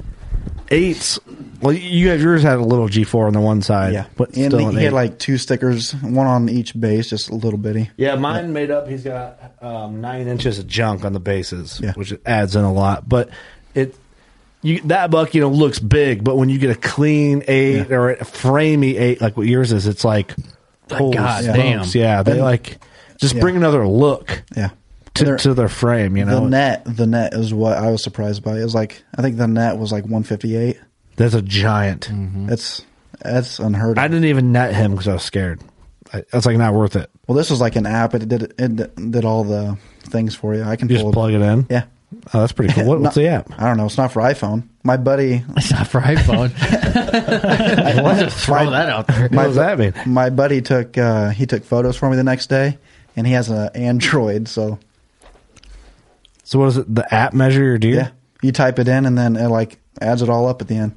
eights, well, you guys yours had a little G four on the one side,
yeah,
but
and
still
he,
an
he
eight.
had like two stickers, one on each base, just a little bitty.
yeah, mine made up. He's got um, nine inches of junk on the bases,
Yeah.
which adds in a lot. But it you that buck you know looks big, but when you get a clean eight or a framey eight like what yours is, it's like holy
God
smokes,
damn.
yeah, they
And-
like just
yeah.
bring another look
Yeah, And
to,
they're-
to their frame, you know.
the net, the net is what I was surprised by. It was like I think the net was like 158.
That's a giant.
That's that's unheard of.
I didn't even net him because I was scared. I, that's like not worth it.
Well, this was like an app. It did it did all the things for you. I can
You just
pull
plug it in.
Yeah.
Oh, that's pretty
*laughs*
cool. What, what's
Not-
the app?
I don't know. It's not for iPhone. My
*laughs*
buddy,
It's not for iPhone. Let's just throw
*laughs* My-
that out there.
my,
*laughs*
What does that mean?
my buddy took uh, he took photos for me the next day, and he has an Android. So
So what is it? The app measure your deer?
Yeah. You type it in and then it like adds it all up at the end.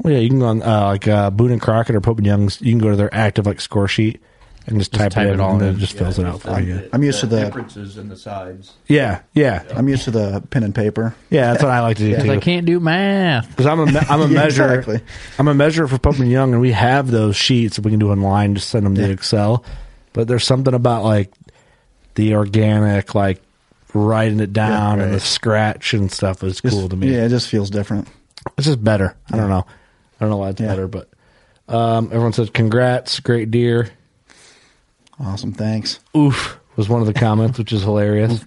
Well, yeah, you can go on uh, like uh, Boone and Crockett or Pope and Young's. You can go to their active like score sheet and just, type, it, in, and then it just fills it out for you.
I'm used to the-
differences in the sides.
Yeah, yeah,
I'm used to the pen and paper.
yeah. That's what I like to do
Because
too.
I can't do math.
Because I'm a me- *laughs* I'm a
Yeah,
measurer.
exactly.
I'm a measurer for Pope and Young, and we have those sheets that we can do online. Just send them to Excel. But there's something about like the organic, like writing it down and the scratch and stuff is cool to me.
Yeah, it just feels different.
It's just better. I don't know. I don't know why it's better, but um, everyone says congrats, great deer.
Awesome, thanks.
Oof was one of the comments, which is hilarious.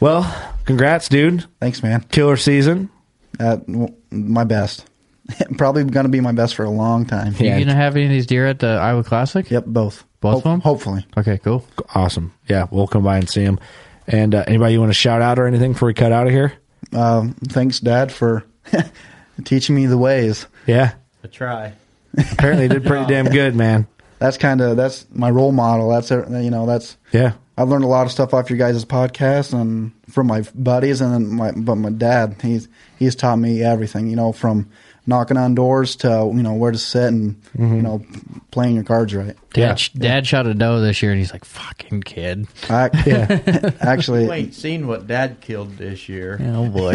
well, congrats, dude.
Thanks, man.
Killer season.
Uh, w- my best. *laughs* Probably going to be my best for a long time.
You gonna have any of these deer at the Iowa Classic?
Yep, both.
Both of them.
Hopefully.
Okay, cool.
Awesome. Yeah, we'll come by and see him. And uh, anybody you want to shout out or anything before we cut out of here?
Um, thanks, Dad, for *laughs* teaching me the ways.
Yeah,
A try.
apparently did
*laughs*
pretty damn good, man.
That's kind of that's my role model. That's everything- you know that's
Yeah,
I've learned a lot of stuff off your guys' podcast and from my buddies and then my but my dad he's he's taught me everything you know from knocking on doors to you know where to sit and
Mm-hmm.
you know playing your cards right.
Dad, sh- Dad shot a doe this year, and he's like, "Fucking kid."
I, yeah,
*laughs*
You
*laughs* actually,
ain't seen what Dad killed this year.
Oh boy.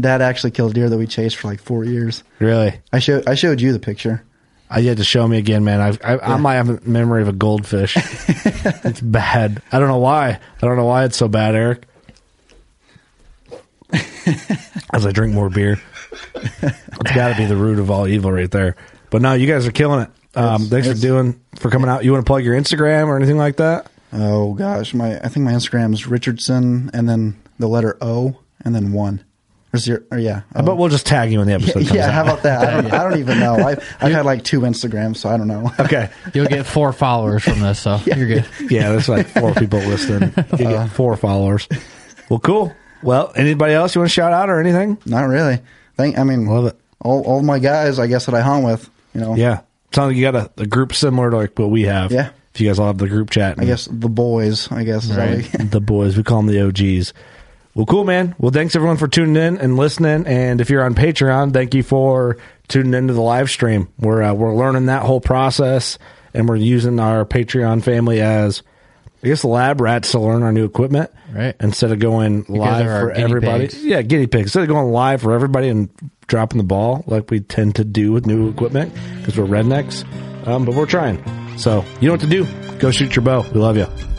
Dad actually killed a deer that we chased for like four years.
really.
I showed I showed you the picture.
I Uh, you had to show me again, man. I've, I, I might have a memory of a
*laughs*
goldfish. it's bad. I don't know why. I don't know why it's so bad,
*laughs*
Eric. As I drink more beer, it's got to be the root of all evil, right there. But no, you guys are killing it. Um, thanks for doing for coming out. You want to plug your Instagram or anything like that?
Oh gosh, my I think my Instagram is Richardson and then the letter O and then one or zero or yeah.
I bet we'll just tag you when the episode comes
*laughs* yeah,
out.
how about that? I don't, I don't even know. I,
*laughs*
I've had like two Instagrams, so I don't know. *laughs*
okay.
You'll get four followers from this, so you're good.
Yeah, there's like four people listening. You
Uh-huh.
get four followers. Well, cool. Well, anybody else you want to shout out or anything?
Not really. Thank. I mean,
Love it.
all all my guys, I guess that I hung with. You know.
Yeah. Sounds like you got a, a group similar to like what we have.
Yeah.
If you guys all have the group chat.
I guess the boys. I guess. Is right. *laughs*
the boys, we call them the OGs. Well, cool, man. Well, thanks everyone for tuning in and listening. And if you're on Patreon, thank you for tuning into the live stream. We're uh, we're learning that whole process, and we're using our Patreon family as, I guess, lab rats to learn our new equipment.
Right.
Instead of going
guys
live
are our
for
guinea
everybody,
pigs.
yeah, guinea pigs. Instead of going live for everybody and dropping the ball like we tend to do with new equipment because we're rednecks, um, but we're trying. So you know what to do. Go shoot your bow. We love you.